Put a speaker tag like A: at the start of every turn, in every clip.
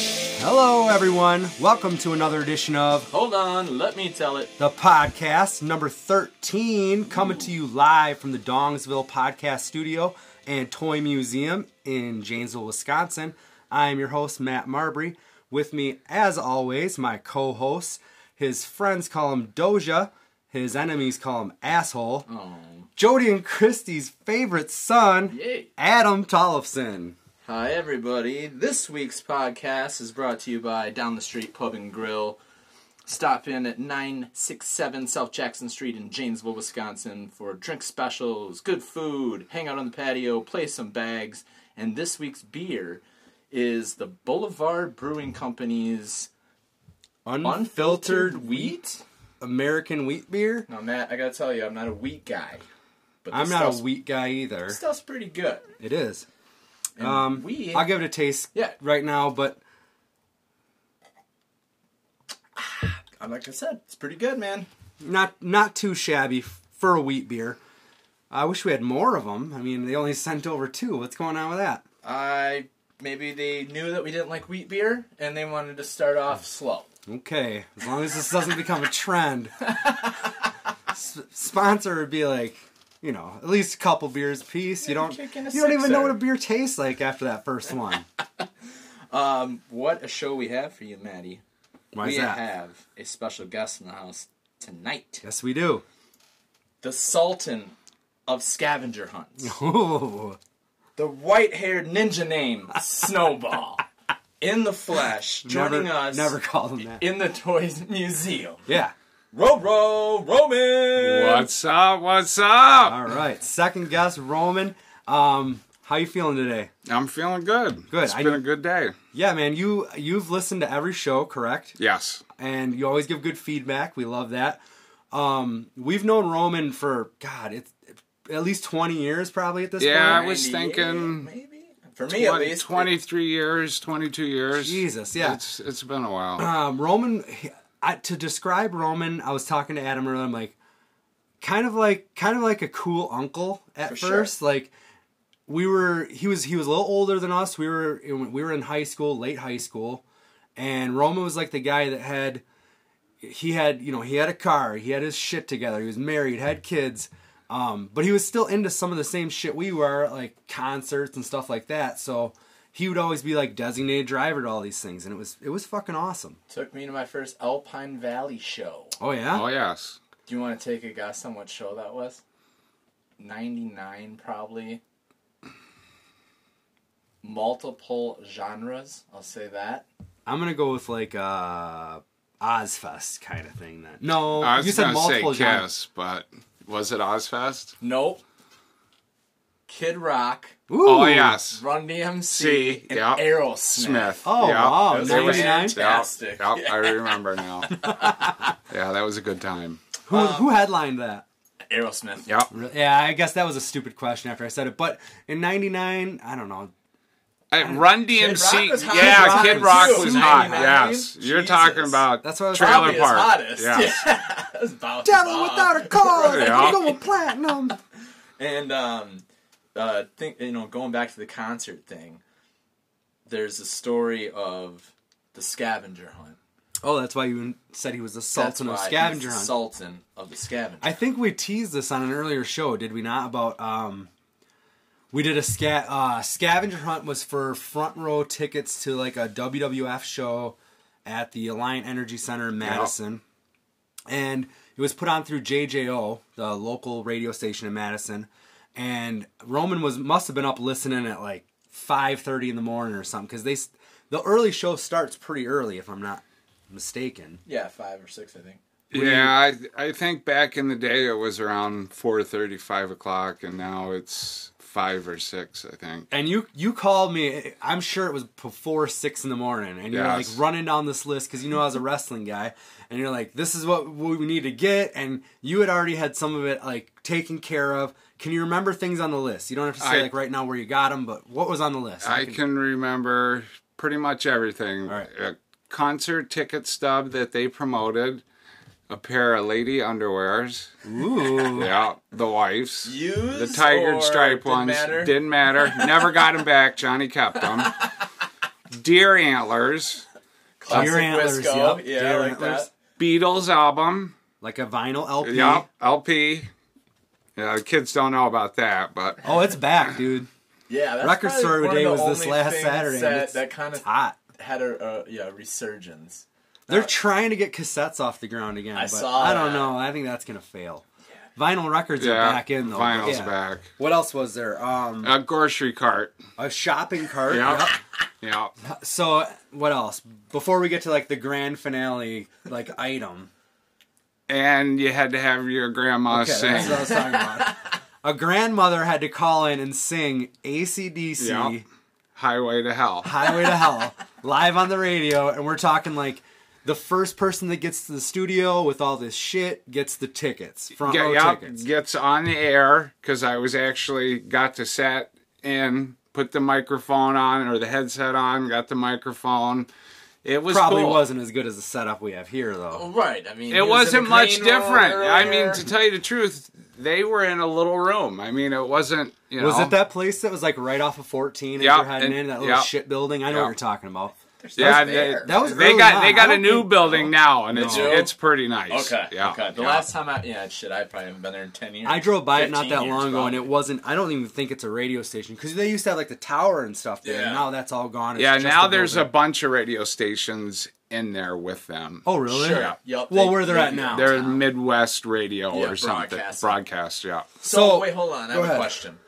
A: Hello, everyone. Welcome to another edition of
B: Hold on, let me tell it.
A: the podcast number 13, coming to you live from the Dongsville Podcast Studio and Toy Museum in Janesville, Wisconsin. I'm your host, Matt Marbury. With me, as always, my co host. His friends call him Doja, his enemies call him Asshole.
B: Oh.
A: Jody and Christie's favorite son,
B: Yay.
A: Adam Tollefson.
B: Hi, everybody. This week's podcast is brought to you by Down the Street Pub and Grill. Stop in at 967 South Jackson Street in Janesville, Wisconsin for drink specials, good food, hang out on the patio, play some bags. And this week's beer is the Boulevard Brewing Company's
A: Unfiltered
B: Unfiltered Wheat.
A: American wheat beer.
B: Now, Matt, I gotta tell you, I'm not a wheat guy. But this
A: I'm not
B: stuff's-
A: a wheat guy either.
B: Stuff's pretty good.
A: It is.
B: And
A: Um,
B: wheat-
A: I'll give it a taste
B: Yeah.
A: right now, but
B: Uh, like I said, it's pretty good, man.
A: not not too shabby f- for a wheat beer. I wish we had more of them. I mean, they only sent over two. What's going on with that?
B: I maybe they knew that we didn't like wheat beer and they wanted to start off slow.
A: Okay, as long as this doesn't become a trend. S- sponsor would be like, you know, at least a couple beers apiece. You don't you
B: kick in a
A: don't even
B: sixer.
A: know what a beer tastes like after that first one.
B: Um, what a show we have for you, Maddie.
A: Why
B: we
A: is that?
B: have a special guest in the house tonight.
A: Yes, we do.
B: The Sultan of scavenger hunts.
A: Ooh,
B: the white-haired ninja name Snowball. In the flesh, joining
A: never,
B: us
A: Never call them that.
B: in the Toys Museum.
A: yeah.
B: Ro Ro Roman!
C: What's up? What's up?
A: All right, second guest Roman. Um, how you feeling today?
C: I'm feeling good.
A: Good.
C: It's
A: I-
C: been a good day.
A: Yeah, man, you you've listened to every show, correct?
C: Yes.
A: And you always give good feedback. We love that. Um, we've known Roman for God, it's at least twenty years, probably at this
C: Yeah, I
A: point.
C: was thinking
B: maybe for me at
C: 20
B: least
C: 23 years, 22 years.
A: Jesus, yeah.
C: It's it's been a while.
A: Um, Roman, he- I, to describe Roman, I was talking to Adam earlier. I'm like, kind of like, kind of like a cool uncle at
B: For sure.
A: first. Like, we were, he was, he was a little older than us. We were, we were in high school, late high school, and Roman was like the guy that had, he had, you know, he had a car, he had his shit together, he was married, had kids. Um, but he was still into some of the same shit we were, like concerts and stuff like that. So he would always be like designated driver to all these things, and it was it was fucking awesome.
B: took me to my first Alpine Valley show.
A: Oh yeah.
C: Oh yes.
B: Do you want to take a guess on what show that was? 99 probably. Multiple genres, I'll say that.
A: I'm gonna go with like uh Ozfest kind of thing then. No,
C: I was
A: you said
C: gonna say
A: multiple
C: Kiss,
A: genres.
C: but was it Ozfest?
B: Nope. Kid Rock,
A: Ooh.
C: Oh yes.
B: Run DMC,
C: See,
B: and
C: yep.
B: Aerosmith.
C: Smith.
A: Oh,
C: yeah.
A: wow,
C: It was-
A: 99?
B: Fantastic.
C: Yep, yep, I remember now. yeah, that was a good time.
A: Who who headlined that?
B: Aerosmith.
C: Yep.
A: Really? Yeah, I guess that was a stupid question after I said it. But in '99, I don't know.
C: Hey, Run DMC,
B: Rock was hot.
C: yeah,
A: Rock
C: Kid
A: was
C: Rock
A: huge.
C: was hot.
B: 99.
C: Yes, you're
B: Jesus.
C: talking about
A: That's what I was
C: Trailer
B: Probably
C: Park.
B: his hottest.
C: Yes.
B: Yeah. It's about to
A: Devil
B: pop.
A: without a cause,
C: Yeah.
A: I'm going platinum.
B: And um, uh, think you know, going back to the concert thing, there's a story of the scavenger hunt.
A: Oh, that's why you said he was the
B: That's
A: Sultan
B: why
A: of
B: he's
A: Scavenger
B: the
A: Hunt.
B: Sultan of the scavenger.
A: I think we teased this on an earlier show, did we not? About um, we did a sca- uh, scavenger hunt was for front row tickets to like a WWF show at the Alliant Energy Center in Madison, and it was put on through JJO, the local radio station in Madison, and Roman was must have been up listening at like five thirty in the morning or something because they s- the early show starts pretty early if I'm not mistaken.
B: yeah, five or six, I think.
C: Yeah, I I think back in the day it was around four thirty, five o'clock, and now it's five or six. I think.
A: and you you called me i'm sure it was before six in the morning and you're
C: Yes.
A: like running down this list because you know i was a wrestling guy and you're like this is what we need to get and you had already had some of it like taken care of can you remember things on the list you don't have to say
C: I-
A: like right now where you got them but what was on the list
C: I can remember pretty much everything.
A: right.
C: A concert ticket stub that they promoted, a pair of lady underwears.
A: ooh
C: Yeah, the wife's.
B: Used
C: the tiger
B: or
C: stripe
B: didn't
C: ones
B: matter?
C: didn't matter. Never got them back. Johnny kept them. Deer antlers.
B: Classic
A: Deer antlers,
B: Wisco.
A: yep.
B: Yeah,
A: Deer
B: like
A: antlers.
B: that.
C: Beatles album.
A: Like a vinyl LP.
C: Yeah, LP. Yeah, the kids don't know about that, but
A: Oh, it's back, dude.
B: Yeah, that's
A: Record
B: probably
A: Store
B: one of
A: Day
B: the
A: was this
B: only
A: last
B: things
A: Saturday, and
B: That,
A: it's-
B: that kind
A: It's
B: of
A: hot.
B: had a uh, yeah resurgence.
A: They're trying to get cassettes off the ground again.
B: I
A: but
B: saw
A: I don't
B: that.
A: know. I think that's gonna fail. Vinyl records
C: yeah,
A: are back in though.
C: Vinyl's
A: Yeah.
C: back.
A: What else was there? Um,
C: A grocery cart.
A: a shopping cart.
C: Yeah, yeah.
A: So what else? Before we get to like the grand finale, like item.
C: And you had to have your grandma
A: Okay,
C: sing.
A: that's what I was talking about. A grandmother had to call in and sing ACDC
C: Yeah. Highway to Hell.
A: Highway to Hell live on the radio, and we're talking like the first person that gets to the studio with all this shit gets the tickets, front
C: Get,
A: row
C: yep,
A: tickets.
C: gets on the air because I was actually got to set in, put the microphone on or the headset on, got the microphone. It was
A: Probably
C: cool.
A: wasn't as good as the setup we have here though.
B: Right. I mean, he
C: It
B: was in
C: wasn't
B: a
C: much
B: green room
C: different. I mean,
B: earlier.
C: to tell you the truth, they were in a little room. I mean, it wasn't. You know,
A: Was it that place that was like right off of 14
C: Yeah,
A: if you're heading
C: and-
A: in that little
C: yeah.
A: shit building? I know
C: Yeah.
A: what you're talking about.
C: Yeah,
B: That was
C: they,
B: there.
A: That was
C: they
A: early
C: got
A: on.
C: they got
A: I
C: a
A: don't
C: new
A: think- Oh.
C: building now, and it's
B: you?
C: it's pretty nice.
B: Okay.
C: Yeah.
B: Okay. The
C: yeah.
B: last time I yeah shit I probably haven't been there in ten years.
A: I drove by it not
B: 15
A: that
B: years,
A: long ago, and
B: probably.
A: it wasn't. I don't even think it's a radio station because they used to have like the tower and stuff there.
B: Yeah.
A: And now that's all gone. It's
C: Yeah,
A: just
C: now there's a
A: building.
C: bunch of radio stations in there with them.
A: Oh really?
B: Sure.
C: Yeah.
B: Yup,
A: Well,
B: they-
A: where they're
B: they-
A: at now.
C: They're Midwest radio
B: Yeah,
C: or something.
B: broadcast.
C: Broadcast, yeah.
B: So,
A: So-
B: wait, hold on. I
A: go
B: have a
A: ahead.
B: question.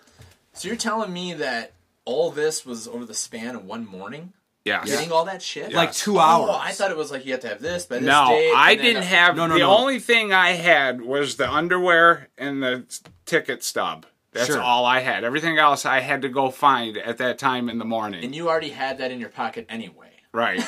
B: So you're telling me that all this was over the span of one morning?
C: Yes.
B: Getting all that shit?
A: Like
C: Yes.
A: two hours.
B: Oh, I thought it was like you had to have this, but
C: No, I
B: uh,
C: didn't have
A: No, no,
C: the
A: no.
C: only thing I had was the underwear and the s- ticket stub. That's
A: Sure.
C: all I had. Everything else I had to go find at that time in the morning.
B: And you already had that in your pocket anyway.
C: right.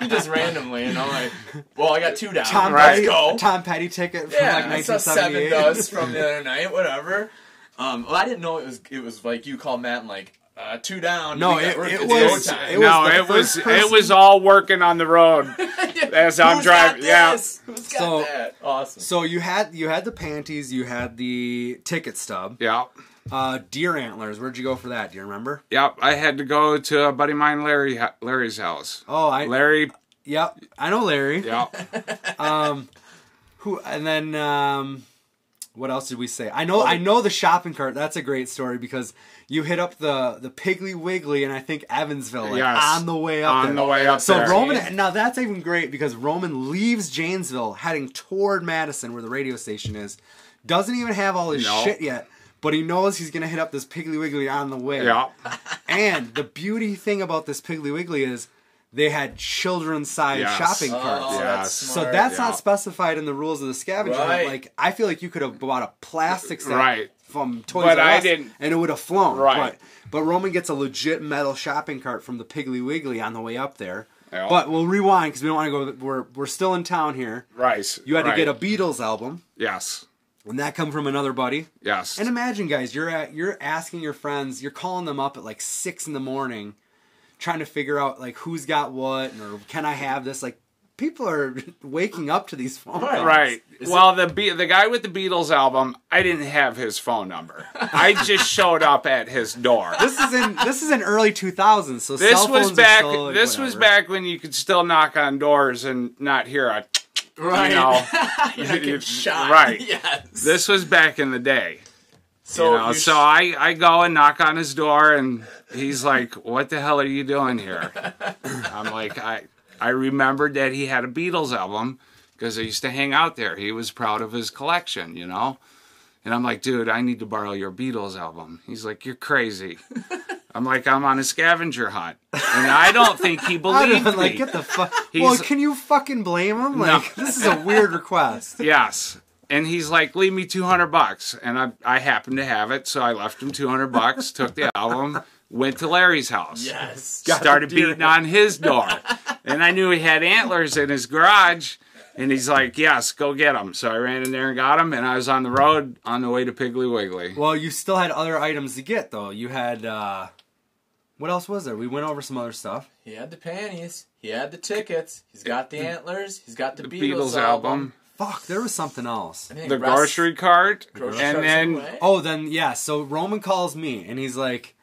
B: You just randomly, you know, like, well, I got two down.
A: Tom
C: Right.
A: Petty,
B: Go.
A: Tom Petty ticket from
B: "Oh." yeah,
A: like
B: I saw seven
A: 1978.
B: does from the other night. Whatever. Um, well, I didn't know it was. It was like you call Matt and like uh, two down.
A: No,
B: we got
A: it-
B: work
A: it
B: to do.
A: was-
B: Go time.
A: it
C: no,
A: was the
C: it was
A: first person-
C: it was all working on the road as I'm
B: Who's
C: driving.
B: Got
C: Yeah.
B: this? Who's got
A: So-
B: that? Awesome.
A: So you had you had the panties, you had the ticket stub,
C: Yeah.
A: uh, deer antlers. Where'd you go for that? Do you remember?
C: Yep, I had to go to a buddy of mine, Larry, Larry's house.
A: Oh, I
C: Larry,
A: yep, I know Larry.
C: yeah,
A: Who and then um, what else did we say? I
C: Oh.
A: know I know the shopping cart. That's a great story because you hit up the the Piggly Wiggly and I think Evansville like,
C: Yes.
A: on the way up.
C: on
A: there.
C: the way up
A: So
C: there.
A: Roman, now that's even great because Roman leaves Janesville, heading toward Madison, where the radio station is. Doesn't even have all his
C: No.
A: shit yet, but he knows he's gonna hit up this Piggly Wiggly on the way.
C: yeah,
A: And the beauty thing about this Piggly Wiggly is they had children-sized
C: Yes.
A: shopping carts.
B: Oh,
C: Yes.
B: that's
A: So
B: smart.
A: that's
C: yeah.
A: not specified in the rules of the scavenger hunt.
B: Right.
A: Like I feel like you could have bought a plastic set
C: Right.
A: from Toys
C: But
A: R
C: I
A: Us
C: didn't-
A: and it would have flown.
C: Right.
A: But, but Roman gets a legit metal shopping cart from the Piggly Wiggly on the way up there.
C: Yeah.
A: But we'll rewind because we don't want to go. We're we're still in town here.
C: rice.
A: You had
C: right.
A: to get a Beatles album,
C: yes,
A: and that come from another buddy.
C: yes,
A: And imagine, guys, you're at you're asking your friends, you're calling them up at like six in the morning, trying to figure out like who's got what or can I have this? Like people are waking up to these phone calls.
C: right. well, the Be- the guy with the Beatles album, I didn't have his phone number. I just showed up at his door.
A: This is in this is in early 2000s, so
C: This
A: cell phones
C: was
A: are
C: back.
A: still, like,
C: this was
A: whatever.
C: back when you could still knock on doors and not hear a.
B: right.
C: You know,
B: Yeah, get
C: you-
B: shot.
C: right.
B: Yes.
C: this was back in the day.
B: so
C: you know,
B: you're-
C: so I, I go and knock on his door, and he's like, "What the hell are you doing here?" I'm like, "I I remembered that he had a Beatles album because I used to hang out there. He was proud of his collection, you know." And I'm like, "Dude, I need to borrow your Beatles album." He's like, "You're crazy." I'm like, "I'm on a scavenger hunt," and I don't think he
A: I don't
C: believed me.
A: even, like get the fuck.
C: He's-
A: Well, can you fucking blame him? Like this is a weird request.
C: Yes. And he's like, leave me 200 bucks. And I, I happened to have it. So I left him 200 bucks, took the album, went to Larry's house.
B: yes.
C: Started
A: dear.
C: beating on his door. and I knew he had antlers in his garage. And he's like, yes, go get them. So I ran in there and got them. And I was on the road on the way to Piggly Wiggly.
A: Well, you still had other items to get though. You had uh what else was there? We went over some other stuff.
B: He had the panties. He had the tickets. He's got the antlers. He's got the,
C: Beatles album,
A: Fuck, there was something else.
B: I think
C: the
B: Russ-
C: grocery cart,
B: grocery
C: and
B: cart's
C: then
B: away.
A: Oh, then yeah. So Roman calls me and he's like,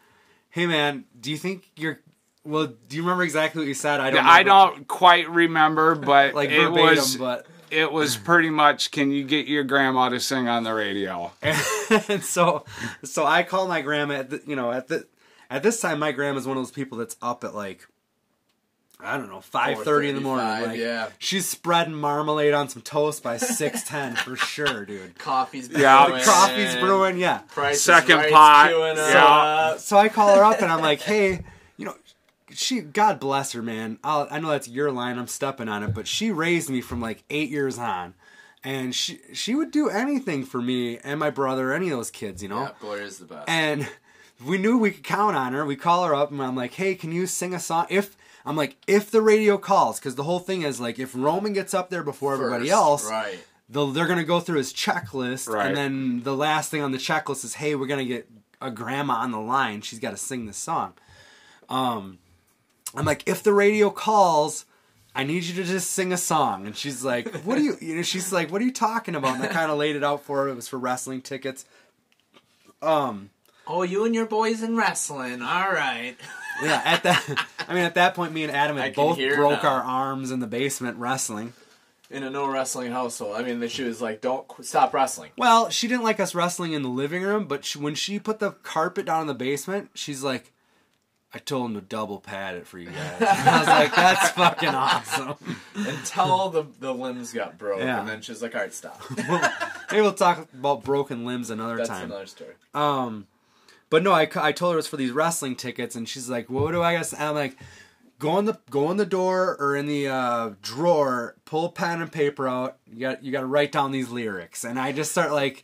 A: "Hey, man, do you think you're Well, do you remember exactly what you said? I don't.
C: I
A: remember-
C: don't quite remember, but
A: like
C: it
A: verbatim,
C: was
A: but
C: it was pretty much can you get your grandma to sing on the radio?
A: and so so I call my grandma at the, you know at the at this time my grandma's one of those people that's up at like I don't know five thirty in the morning.
B: 4:35,
A: Like,
B: yeah.
A: she's spreading marmalade on some toast by six ten for sure, dude.
B: Coffee's brewing.
C: Yeah. The
A: Coffee's brewing, yeah.
B: Price is
C: Second
B: Right's
C: pot.
B: queuing
C: Yeah.
B: up.
A: So I call her up and I'm like, hey, you know, she, God bless her, man. I'll, I know that's your line. I'm stepping on it, but she raised me from like eight years on, and she she would do anything for me and my brother, any of those kids, you know.
B: That boy is the best.
A: And we knew we could count on her. We call her up and I'm like, hey, can you sing a song? If I'm like, if the radio calls, because the whole thing is like, if Roman gets up there before everybody
B: First,
A: else,
B: Right.
A: the, they're gonna go through his checklist,
C: Right.
A: and then the last thing on the checklist is, "Hey, we're gonna get a grandma on the line. She's got to sing this song." Um, I'm like, if the radio calls, I need you to just sing a song. And she's like, "What are you?" You know, she's like, "What are you talking about?" And I kind of laid it out for her. It was for wrestling tickets.
B: Oh, you and your boys in wrestling. All right.
A: Yeah, at that, I mean, at that point, me and Adam
B: I
A: had
B: can
A: both
B: hear
A: broke
B: now.
A: our arms in the basement wrestling.
B: In a no wrestling household. I mean, she was like, don't qu- stop wrestling.
A: Well, she didn't like us wrestling in the living room, but she, when she put the carpet down in the basement, she's like, I told him to double pad it for you guys. And I was like, that's fucking awesome.
B: Until the, the limbs got broke.
A: Yeah.
B: And then she was like, all right, stop.
A: Maybe we'll talk about broken limbs another
B: That's
A: time.
B: another story.
A: um, But no, I, c- I told her it was for these wrestling tickets, and she's like, "What do I guess?" I'm like, "Go in the go in the door or in the uh, drawer, pull pen and paper out. You got you got to write down these lyrics." And I just start like,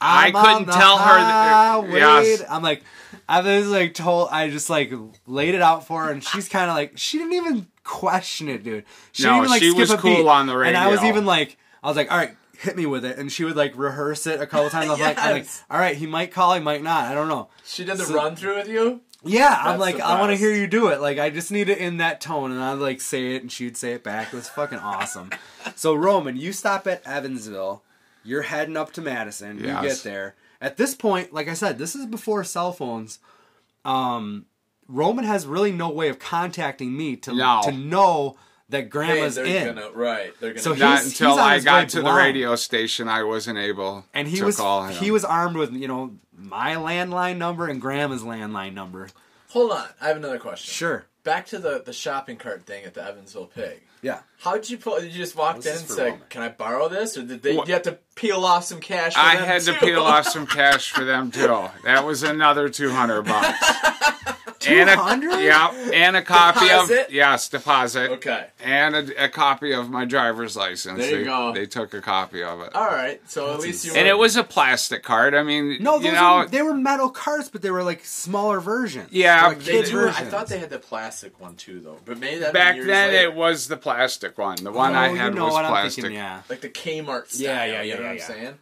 C: I
A: I'm
C: couldn't
A: on the
C: tell her that-
A: highway.
C: yes.
A: I'm like, I was like told, I just like laid it out for her, and she's kind of like, she didn't even question it, dude. She
C: No,
A: didn't even like
C: she
A: skip
C: was
A: a beat.
C: cool on the
A: and I was
C: radio.
A: even like, I was like, all right, hit me with it, and she would like rehearse it a couple times. I'm like, I'm like,
B: Yes.
A: all right, he might call, he might not, I don't know.
B: She did the
A: So-
B: run through with you?
A: Yeah, I'm
B: That's
A: like,
B: the
A: I want to
B: best.
A: hear you do it. Like, I just need it in that tone, and I'd like say it, and she'd say it back. It was fucking awesome. So Roman, you stop at Evansville, you're heading up to Madison.
C: Yes.
A: You get there. At this point, like I said, this is before cell phones. Um, Roman has really no way of contacting me to
C: No.
A: to know that
B: Hey,
A: Grandma's
B: they're
A: in.
B: gonna right. They're gonna
A: So
B: be-
C: Not
A: He's- he's
C: until
A: on
C: I
A: his way
C: got to the
A: blind.
C: radio station, I wasn't able.
A: and he
C: to
A: was
C: call him.
A: he was armed with you know my landline number and Grandma's landline number.
B: hold on. I have another question.
A: Sure.
B: Back to the the shopping cart thing at the Evansville Pig.
A: Yeah.
B: How'd you pull? Did you just walk in
A: This is
B: and
A: for
B: say,
A: Roman.
B: "Can I borrow this?" Or did they?
C: What-
B: You have to peel off some cash. For
C: I
B: them,
C: had to
B: too?
C: peel off some cash for them too. That was another two hundred bucks. And a,
A: 200?
C: yeah, and a copy
B: Deposit?
C: of yes deposit.
B: Okay.
C: And a, a copy of my driver's license.
B: There you
C: they,
B: go.
C: they took a copy of it,
B: All right. So at least you.
C: and
B: were-
C: it was a plastic card. I mean,
A: No, those
C: you know,
A: were, they were metal carts, but they were like smaller versions.
C: Yeah,
A: They were
C: they
B: They
A: kids
B: do, I
A: versions.
B: thought they had the plastic one too, though. But maybe that
C: back then it was the plastic one. The one
A: Oh,
C: I had
A: you know
C: was
A: what I'm
C: plastic.
A: thinking, yeah.
B: like the Kmart style.
A: Yeah, yeah, yeah,
B: You know
A: yeah,
B: what I'm
A: yeah.
B: saying?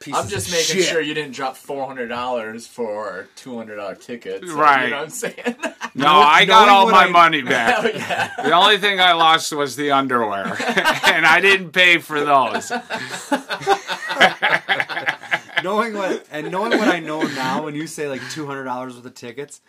A: Pieces
B: I'm just
A: of
B: making
A: shit.
B: sure you didn't drop four hundred dollars for two hundred dollar tickets. You
C: Right.
B: know what I'm saying?
C: No,
A: Know-
C: I got
A: knowing
C: all
A: what
C: my
A: I-
C: money back.
B: oh yeah.
C: The only thing I lost was the underwear, and I didn't pay for those.
A: knowing what and knowing what I know now, when you say like two hundred dollars worth of tickets,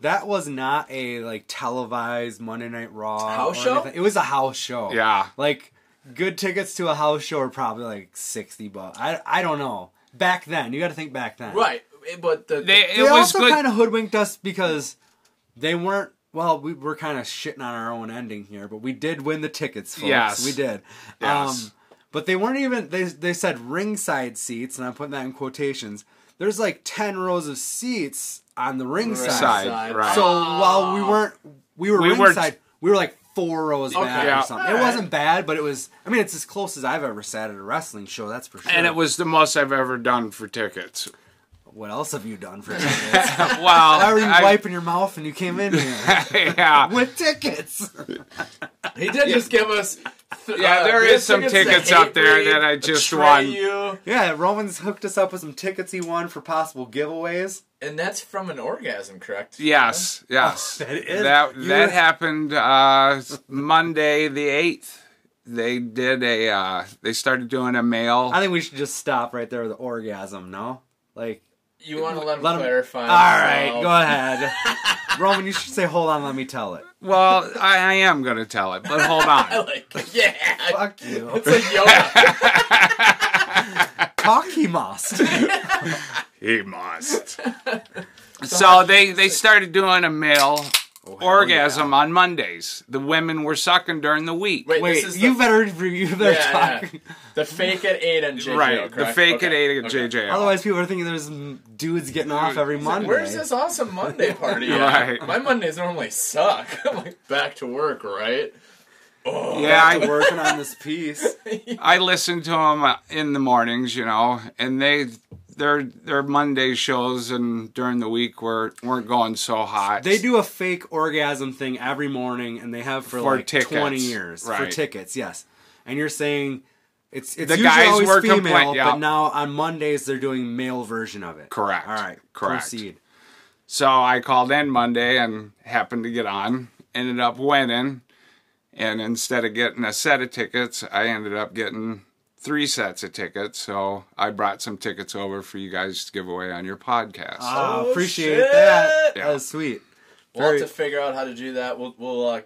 A: that was not a like televised Monday Night Raw
B: House
A: or
B: show?
A: anything. It was a house show.
C: Yeah.
A: like good tickets to a house show are probably like sixty bucks. I I don't know. Back then, you got to think back then.
B: Right. But the,
C: They, it
A: They
C: was
A: also
C: good.
A: kind of hoodwinked us because they weren't. Well, we were kind of shitting on our own ending here, but we did win the tickets, folks.
C: Yes.
A: we did.
C: Yes.
A: Um, but they weren't even. They they said ringside seats, and I'm putting that in quotations. There's like ten rows of seats on the ringside.
C: Side,
B: Side.
C: right.
A: So while we weren't, we were
C: We were-
A: ringside. we were like four rows back
C: Yeah.
A: or something. It wasn't bad, but it was. I mean, it's as close as I've ever sat at a wrestling show. That's for sure.
C: and it was the most I've ever done for tickets.
A: What else have you done for tickets?
C: Wow.
A: Why were you wiping your mouth when you came in here?
C: yeah.
A: with tickets.
B: He did just give us. th-
C: Yeah,
B: uh,
C: there
B: we had
C: is some
B: to
C: tickets up
B: hate
C: there
B: read,
C: that I just
B: betray
C: won.
B: You.
A: Yeah, Roman's hooked us up with some tickets he won for possible giveaways.
B: And that's from an orgasm, correct?
C: Yes. Yes.
A: Oh, that is-
C: that
A: you
C: that
A: were-
C: happened uh, Monday the eighth. They did a. Uh, they started doing a mail.
A: I think we should just stop right there with the orgasm. No, like
B: You want to let him
A: let him.
B: clarify?
A: All right,
B: himself.
A: go ahead. Roman, you should say, "Hold on, let me tell it."
C: Well, I, I am gonna tell it, but hold
A: Oh,
C: on.
B: like, yeah.
A: Fuck you,
B: It's like Yoda.
A: cocky must.
C: He must. so they they started doing a male
B: Oh,
C: orgasm on Mondays. The women were sucking during the week.
B: Wait,
A: Wait,
B: this is
A: you
B: the,
A: better you better
B: yeah,
A: talk.
B: yeah. the fake at eight and JJ.
C: right, the
B: correct?
C: fake
B: Okay,
C: at eight at
B: okay.
C: JJ.
A: Otherwise, people are thinking there's mm, dudes getting off every Monday.
B: Where's this awesome Monday party? at?
C: Right.
B: My Mondays normally suck. I'm like back to work, right?
C: Yeah, I,
A: working on this piece.
C: I listen to them in the mornings, you know, and they their their Monday shows and during the week were weren't going so hot.
A: They do a fake orgasm thing every morning, and they have for,
C: For
A: like
C: tickets,
A: twenty years for
C: right.
A: tickets. Yes, and you're saying it's it's
C: The
A: usually
C: guys
A: always
C: were
A: female,
C: complain- yeah.
A: but now on Mondays they're doing male version of it.
C: Correct.
A: All right.
C: Correct.
A: Proceed.
C: So I called in Monday and happened to get on. Ended up winning, and instead of getting a set of tickets, I ended up getting three sets of tickets. So I brought some tickets over for you guys to give away on your podcast.
A: Ah,
B: Oh,
A: appreciate
B: shit.
A: that.
C: Yeah.
A: That was sweet.
B: We'll have
A: Very-
B: to figure out how to do that. We'll we'll uh,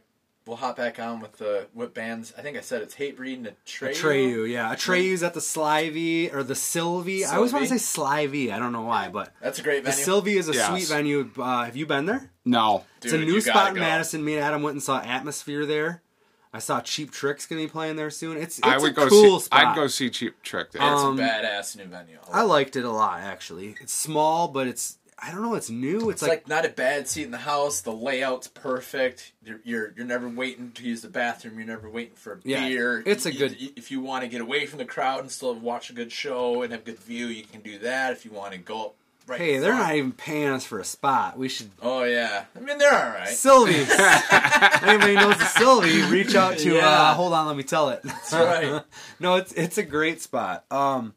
B: we'll hop back on with the what bands. I think I said it's hate breed and Atreyu.
A: Atreyu, yeah. Atreyu's at the Slivey or the Sylvie. I always want to
B: Sylvie.
A: say Slivey. I don't know why, but
B: That's a great
A: the
B: venue.
A: Sylvie is a
C: Yes.
A: sweet venue. Uh, have you been there?
C: no,
A: It's a
B: Dude,
A: new
B: you gotta
A: spot in
B: go.
A: Madison. Me and Adam went and saw Atmosphere there. I saw Cheap Trick's gonna be playing there soon. It's, it's
C: I
A: a
C: would go
A: cool
C: see.
A: spot.
C: I'd go see Cheap Trick there.
B: It's
A: Um,
B: a badass new venue.
A: I liked it a lot actually. It's small, but it's I don't know. It's new. It's,
B: It's
A: like,
B: like not a bad seat in the house. The layout's perfect. You're you're, you're never waiting to use the bathroom. You're never waiting for a
A: Yeah,
B: beer.
A: it's a
B: You-
A: good-
B: you- if you want to get away from the crowd and still watch a good show and have good view, you can do that. If you want to go up right.
A: hey, they're
B: front.
A: not even paying us for a spot. We should
B: Oh yeah. I mean they're all right.
A: Sylvie. Anybody knows the Sylvie? Reach out to. Uh,
B: Yeah.
A: hold on, let me tell it. That's
B: right.
A: no, it's it's a great spot. Um,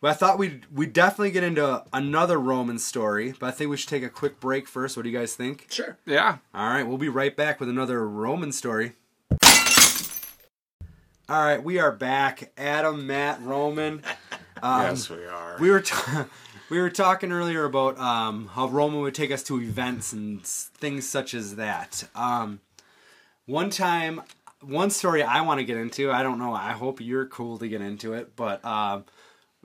A: but I thought we'd we definitely get into another Roman story. But I think we should take a quick break first. What do you guys think?
B: Sure.
C: yeah.
A: All right, we'll be right back with another Roman story. All right, we are back. Adam, Matt, Roman.
C: yes, we are.
A: We were t- we were talking earlier about um, how Roman would take us to events and s- things such as that. Um, one time, one story I want to get into. I don't know. I hope you're cool to get into it, but um,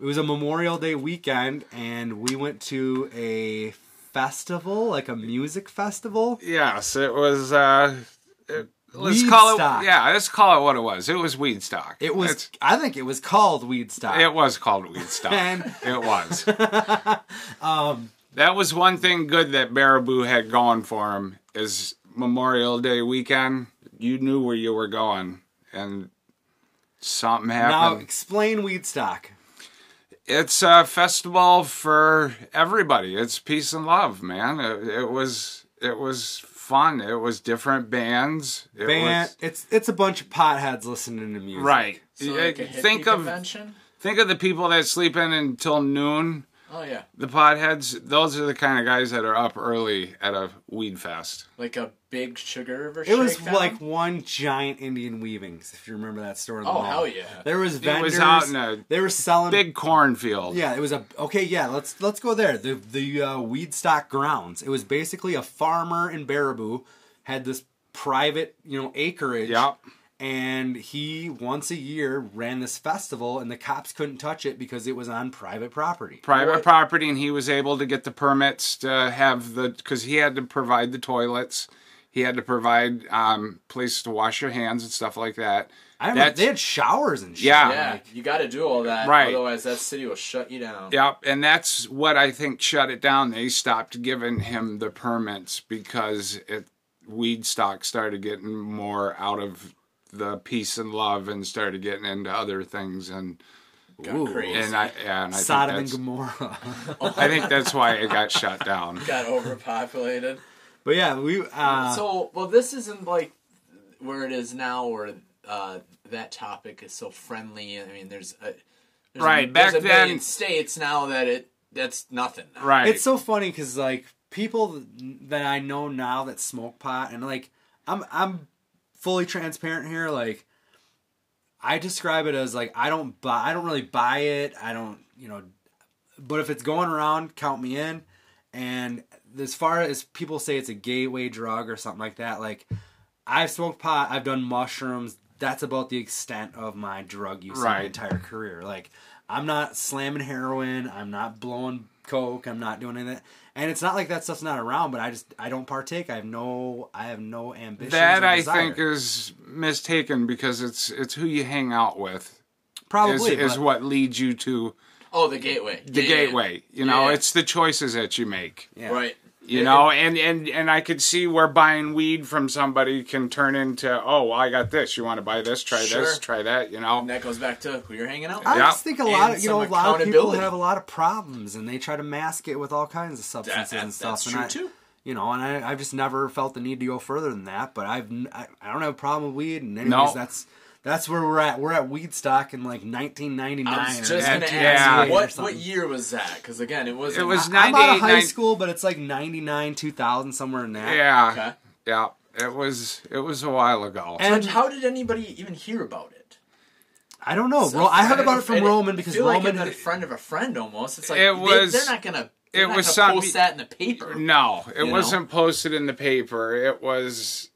A: it was a Memorial Day weekend, and we went to a festival, like a music festival.
C: Yes, it was. Uh, it- let's
A: Weed
C: call it.
A: stock.
C: Yeah, let's call it what it was. It was weed stock.
A: It was.
C: It's-
A: I think it was called Weedstock.
C: it was called weed stock.
A: And-
C: it was. um,
A: Um,
C: that was one thing good that Baraboo had going for him is Memorial Day weekend. You knew where you were going, and something
A: now
C: happened.
A: explain Weedstock.
C: it's a festival for everybody. It's peace and love, man. It, it was. It was fun. It was different bands. It
A: Band.
C: was-
A: It's it's a bunch of potheads listening to music.
C: Right.
B: So
C: Yeah,
B: like a hippie
C: think of
B: convention.
C: think of the people that sleep in until noon.
B: Oh yeah,
C: The potheads. Those are the kind of guys that are up early at a weed fest.
B: like a big sugar river.
A: It was
B: shakedown?
A: like one giant Indian weavings, if you remember that store in the
B: Oh,
A: mall.
B: hell yeah.
A: There was vendors.
C: out in a
A: they were selling
C: Big cornfield.
A: Yeah, it was a okay. Yeah, let's let's go there. The the uh, weed stock grounds. It was basically a farmer in Baraboo had this private you know acreage.
C: Yep.
A: And he once a year ran this festival, and the cops couldn't touch it because it was on private property.
C: Private
B: What-
C: property, and he was able to get the permits to have the because he had to provide the toilets. He had to provide um, places to wash your hands and stuff like that.
A: I remember
C: That's-
A: they had showers and shit.
C: Yeah.
B: Yeah, you got to do all that,
C: Right.
B: Otherwise, that city will shut you down.
C: Yep, and that's what I think shut it down. They stopped giving him the permits because it weed stock started getting more out of the peace and love and started getting into other things and
B: Got
A: Ooh.
B: crazy.
C: and I yeah, and I
A: Sodom and
C: think that's,
A: Gomorrah.
C: I think that's why it got shut down.
B: got overpopulated.
A: but yeah, we uh,
B: so, well, this isn't like where it is now, where uh, that topic is so friendly. I mean, there's a, there's
C: Right,
B: a,
C: back
B: there's a million
C: then-
B: states now that it that's nothing. now.
C: Right.
A: It's so funny because like people that I know now that smoke pot and like I'm I'm fully transparent here. Like I describe it as like I don't buy I don't really buy it. I don't you know, but if it's going around, count me in. And as far as people say it's a gateway drug or something like that, like I've smoked pot, I've done mushrooms. That's about the extent of my drug use in my
C: Right.
A: entire career. Like I'm not slamming heroin, I'm not blowing coke, I'm not doing any of that. And it's not like that stuff's not around, but I just I don't partake. I have no I have no ambition.
C: That I think is mistaken because it's it's who you hang out with is,
A: probably
C: is
A: but-
C: what leads you to
B: Oh, the gateway.
C: the
B: Yeah, yeah, yeah.
C: gateway. You know,
B: Yeah.
C: it's the choices that you make.
A: yeah.
B: Right.
C: You know, and and and I could see where buying weed from somebody can turn into, oh, well, I got this. You want to buy this? Try this.
B: Sure.
C: Try that. You know,
B: And that goes back to who you're hanging out with.
A: I
C: Yeah.
A: just think a lot
B: And
A: of you know a
B: some
A: lot of people
B: accountability.
A: have a lot of problems and they try to mask it with all kinds of substances
B: that-
A: and stuff.
B: that's
A: and
B: true,
A: I,
B: too.
A: You know, and I, I've just never felt the need to go further than that. But I've n- I, I don't have a problem with weed, and anyways,
C: No.
A: that's that's where we're at. We're at weed stock in like 1999.
B: I was
A: or
B: just going to ask,
C: Yeah.
B: you, what, what
A: 1998 or something.
B: year was that? Because, again, it wasn't.
C: it was
A: I'm out of
C: 98,
A: high
C: 90
A: school, but it's like 99, 2000, somewhere in that.
C: Yeah,
B: Okay.
C: yeah. It was it was a while ago.
A: And
B: How did anybody even hear about it?
A: I don't know. Ro- I heard about it from
B: And
A: Roman because
B: feel
A: Roman.
B: like a friend of a friend almost. It's like
C: It
B: they,
C: was-
B: they're not gonna. They're
C: it
B: not
C: was
B: gonna
C: some-
B: post that in the paper.
C: no, it
B: know?
C: wasn't posted in the paper. It was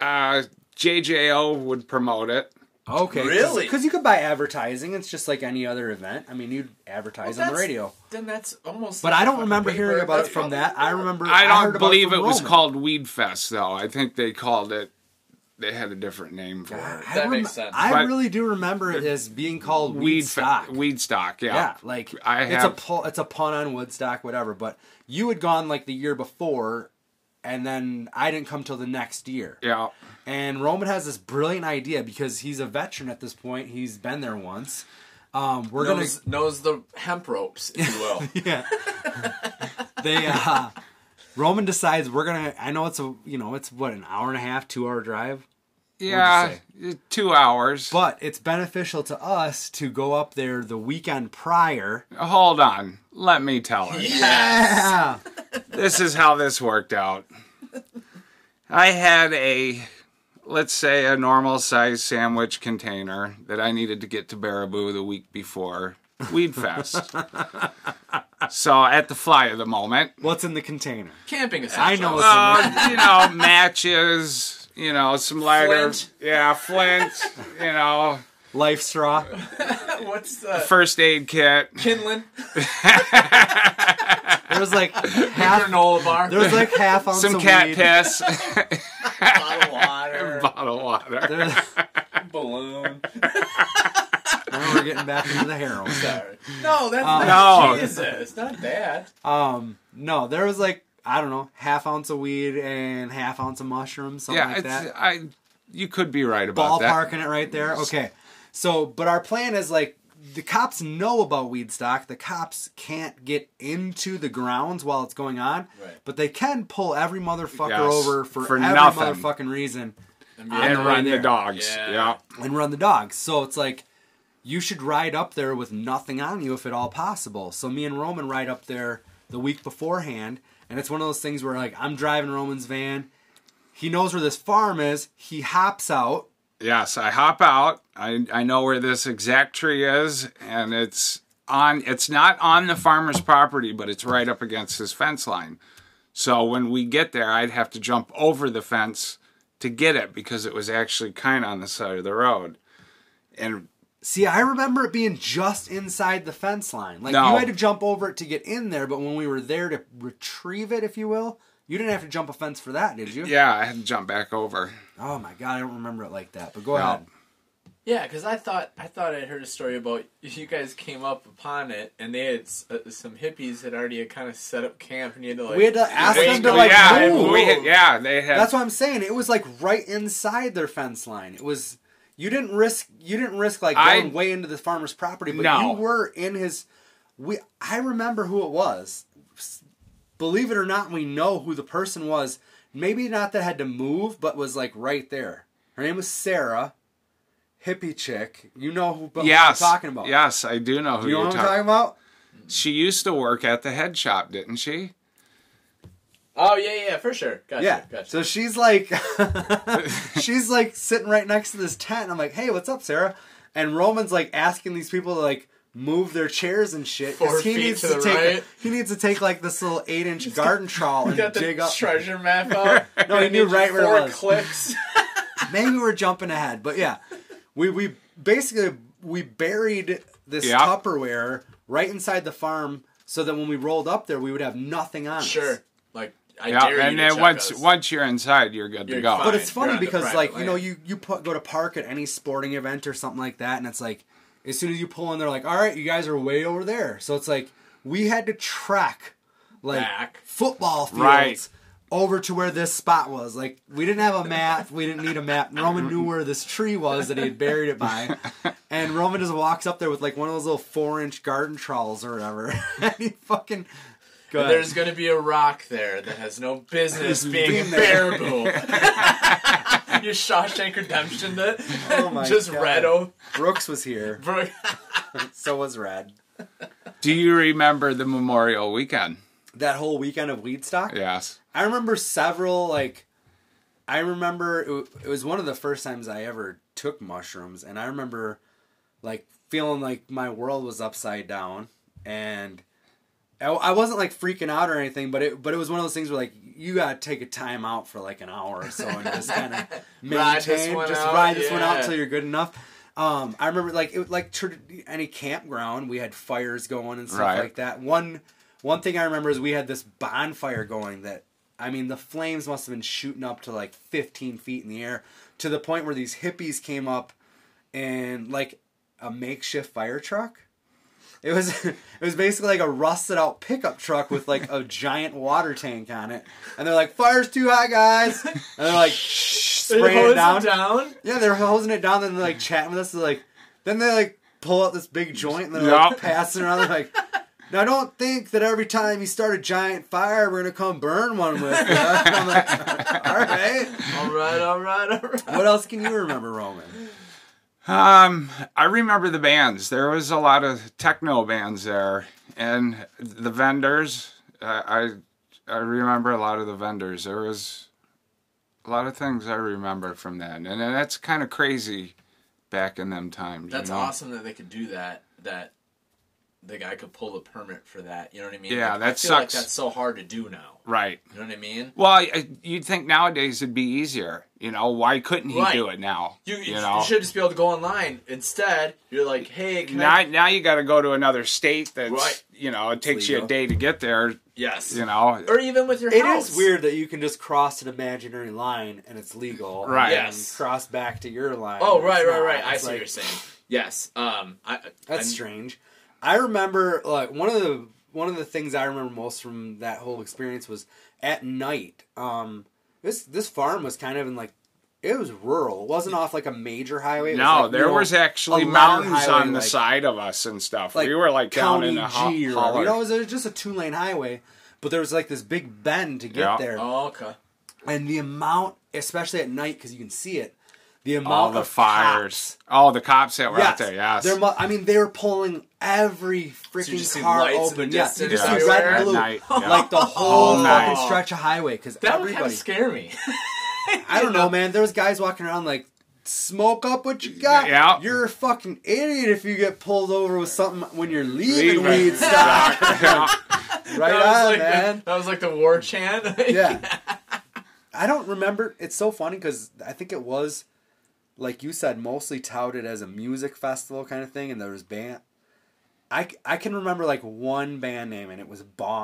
C: uh JJO would promote it.
A: okay,
B: Really?
A: Because you could buy advertising. It's just like any other event. I mean, you'd advertise on the
B: That's-
A: radio.
B: Then that's almost.
A: But I don't
B: fucking
A: remember
B: paper.
A: hearing about it
B: That's
A: from
B: probably-
A: that. I remember.
C: I
A: heard
C: don't
A: about
C: believe
A: from
C: it was
A: Roman.
C: called Weed Fest though. I think they called it they had a different name for it.
A: I
B: That
A: rem-
B: makes sense.
A: I
C: But-
A: really do remember it as being called weed,
C: Weed Fe-
A: stock.
C: Weed stock, yeah.
A: yeah, like
C: I
A: it's a
C: have-
A: pu- it's a pun on Woodstock, whatever. But you had gone like the year before, and then I didn't come till the next year.
C: yeah.
A: And Roman has this brilliant idea because he's a veteran at this point. He's been there once. Um, we're gonna
B: knows, knows the hemp ropes, if you will.
A: yeah. they uh Roman decides we're gonna. I know it's a you know it's what an hour and a half, two hour drive.
C: Yeah. Two hours.
A: But it's beneficial to us to go up there the weekend prior.
C: Hold on. Let me tell her.
B: Yes.
A: Ah,
C: this is how this worked out. I had a, let's say, a normal size sandwich container that I needed to get to Baraboo the week before Weed Fest. so at the fly of the moment,
A: what's in the container?
B: Camping
A: I
B: essentials.
A: know what's in
C: uh, you know, matches, you know, some lighter,
B: Flint.
C: yeah, Flint, you know,
A: the life straw.
B: What's the
C: first aid kit.
B: Kinlan
A: There was like half.
B: granola bar?
A: There was like half ounce
C: Some
A: of
C: cat
A: weed.
C: piss,
B: bottle of water,
C: bottle of water.
A: There-
B: balloon.
A: now we're getting back into the heroin.
B: Sorry. No, that's not
C: No.
B: Jesus. Not that.
A: Um, no, there was like I don't know, half ounce of weed and half ounce of mushrooms, something
C: Yeah,
A: like
C: it's,
A: that.
C: I. You could be right about that.
A: ballparking it right there. Okay. So, but our plan is like the cops know about weed stock. The cops can't get into the grounds while it's going on,
B: Right.
A: but they can pull every motherfucker
C: Yes,
A: over for,
C: for
A: every
C: nothing.
A: motherfucking reason
C: and
A: on the way
C: run the
A: there.
C: dogs.
B: Yeah.
C: Yeah.
A: and run the dogs. So it's like you should ride up there with nothing on you if at all possible. So me and Roman ride up there the week beforehand, and it's one of those things where like I'm driving Roman's van. He knows where this farm is. He hops out.
C: Yes, I hop out. I I know where this exact tree is, and it's on. It's not on the farmer's property, but it's right up against his fence line. So when we get there, I'd have to jump over the fence to get it because it was actually kind of on the side of the road. And
A: See, I remember it being just inside the fence line. Like
C: No.
A: you had to jump over it to get in there, but when we were there to retrieve it, if you will, you didn't have to jump a fence for that, did you?
C: yeah, I had to jump back over.
A: Oh my god, I don't remember it like that. But go
C: No.
A: ahead.
B: Yeah, because I thought I thought I heard a story about you guys came up upon it, and they had s- uh, some hippies had already kind of set up camp, and you had to like
A: We had to ask
B: wait
A: them to,
B: till-
A: like,
C: yeah,
A: move.
C: we had- yeah, they had.
A: That's what I'm saying. It was like right inside their fence line. It was you didn't risk you didn't risk like
C: I-
A: going way into the farmer's property, but
C: No.
A: you were in his we I remember who it was. S- Believe it or not, we know who the person was. Maybe not that had to move, but was like right there. Her name was Sarah, hippie chick. You know who but
C: yes,
A: who I'm talking about.
C: Yes, I do know who
A: You know
C: you're
A: what I'm
C: talking
A: talking about?
C: She used to work at the head shop, didn't she?
B: Oh yeah, yeah, for sure. Gotcha,
A: Yeah.
B: gotcha.
A: So she's like, she's like sitting right next to this tent. And I'm like, hey, what's up, Sarah? And Roman's like asking these people to like move their chairs and shit
B: Four
A: he
B: feet
A: needs
B: to
A: to
B: the
A: take
B: right.
A: he needs to take like this little eight inch garden trowel and
B: Got the
A: dig up.
B: treasure map out.
A: No, he knew right where it
B: four
A: was.
B: clicks.
A: Maybe we're jumping ahead, but yeah, we we basically we buried this
C: Yeah.
A: Tupperware right inside the farm, so that when we rolled up there, we would have nothing on. us.
B: sure. Like I
C: Yeah,
B: dare
C: and
B: you to
C: then
B: check
C: once
B: us.
C: once you're inside, you're good
B: You're
C: to go.
A: But
B: fine.
A: it's funny
B: you're on the
A: because
B: private
A: like you know
B: land.
A: you you put, go to park at any sporting event or something like that, and it's like as soon as you pull in, they're like, "All right, you guys are way over there." So it's like we had to track like
B: Back.
A: football fields
C: Right.
A: over to where this spot was. Like we didn't have a map, we didn't need a map. Roman knew where this tree was that he had buried it by, and Roman just walks up there with like one of those little four inch garden trowels or whatever, and he fucking. Go ahead.
B: There's gonna be a rock there that has no business being
A: Being there.
B: bearable. you Shawshank Redemption that
A: Oh my
B: just
A: God.
B: red o-
A: Brooks was here,
B: bro.
A: so was Rad.
C: Do you remember the Memorial Weekend?
A: That whole weekend of weed stock.
C: Yes.
A: I remember several like I remember it, wa- it was one of the first times I ever took mushrooms and I remember like feeling like my world was upside down and I, I wasn't like freaking out or anything but it but it was one of those things where like you got to take a time out for like an hour or so and just kind of maintain
B: Ride this one
A: just
B: out,
A: ride this one out
B: yeah.
A: until you're good enough. Um, I remember like it like tr- any campground we had fires going and stuff
C: Right.
A: like that. One one thing I remember is we had this bonfire going that I mean the flames must have been shooting up to like 15 feet in the air to the point where these hippies came up and like a makeshift fire truck. It was it was basically like a rusted out pickup truck with like a giant water tank on it, and they're like, "Fire's too high, guys!" And they're like, "Shh," spraying
B: Hose
A: it down.
B: down.
A: Yeah, they're hosing it down, then they're like chatting with us. They're like, then they like pull out this big joint and they're like
C: Yup.
A: passing around. They're like, now don't think that every time you start a giant fire, we're gonna come burn one with you. And I'm like, all right.
B: All right, all right, all right.
A: What else can you remember, Roman?
C: Um, I remember the bands. There was a lot of techno bands there, and the vendors. I I, I remember a lot of the vendors. There was a lot of things I remember from that, and that's kind of crazy back in them times.
B: That's
C: you know?
B: awesome that they could do that. That the guy could pull the permit for that. You know what I mean?
C: Yeah,
B: Like, I
C: that
B: feel like
C: sucks.
B: that's so hard to do now.
C: Right.
B: You know what I mean?
C: Well, I- I, you'd think nowadays it'd be easier. You know, why couldn't he
B: Right.
C: do it now?
B: You, you,
C: know,
B: you should just be able to go online. Instead, you're like, hey, can
C: now
B: I?
C: now you got to go to another state. That's
B: Right.
C: you know, it takes you
A: legal.
C: a day to get there.
B: Yes.
C: You know,
B: Or even with your
A: It
B: house.
A: is weird that you can just cross an imaginary line and it's legal, and
C: Right.
A: then
B: Yes.
A: cross back to your line.
B: Oh,
A: and it's
B: right, right,
A: not.
B: right. I
A: It's
B: see
A: like-
B: what you're saying. Yes. Um, I,
A: That's
B: I'm-
A: strange. I remember like one of the one of the things I remember most from that whole experience was at night. Um, this this farm was kind of in like it was rural. It wasn't off like a major highway. It was,
C: no,
A: like, you
C: there
A: know,
C: was actually
A: a letter
C: mountains
A: highway,
C: on the
A: like-
C: side of us and stuff.
A: like
C: we were like down
A: County
C: in a ho-
A: G or whatever.
C: holler.
A: You know, it was, it was just a two lane highway, but there was like this big bend to get
C: Yeah.
A: there,
B: Oh, okay.
A: and the amount, especially at night, because you can see it. The amount
C: all the
A: of cops
C: fires, all the cops that were out there. Yes,
A: There mu- I mean, they were pulling every freaking
B: just see
A: car
B: lights in the
A: open. Yeah, you
B: distance
A: just see
B: everywhere? Oh.
A: red and
C: at
A: blue.
C: night. yeah.
A: Like the whole
C: All
A: fucking
C: night.
A: stretch of highway, because
B: That would kind of
A: everybody.
B: scare me.
A: I don't know, man. There was guys walking around like, "Smoke up what you got.
C: Yeah.
A: You're a fucking idiot if you get pulled over with something when you're leaving
C: Leaving.
A: weed stock."
C: Yeah.
A: right
B: that, was
A: on,
B: like
A: man.
B: The, that was like the war chant. Like,
A: yeah. I don't remember. It's so funny because I think it was, like you said, mostly touted as a music festival kind of thing, and there was band. I, I can remember like one band name, and it was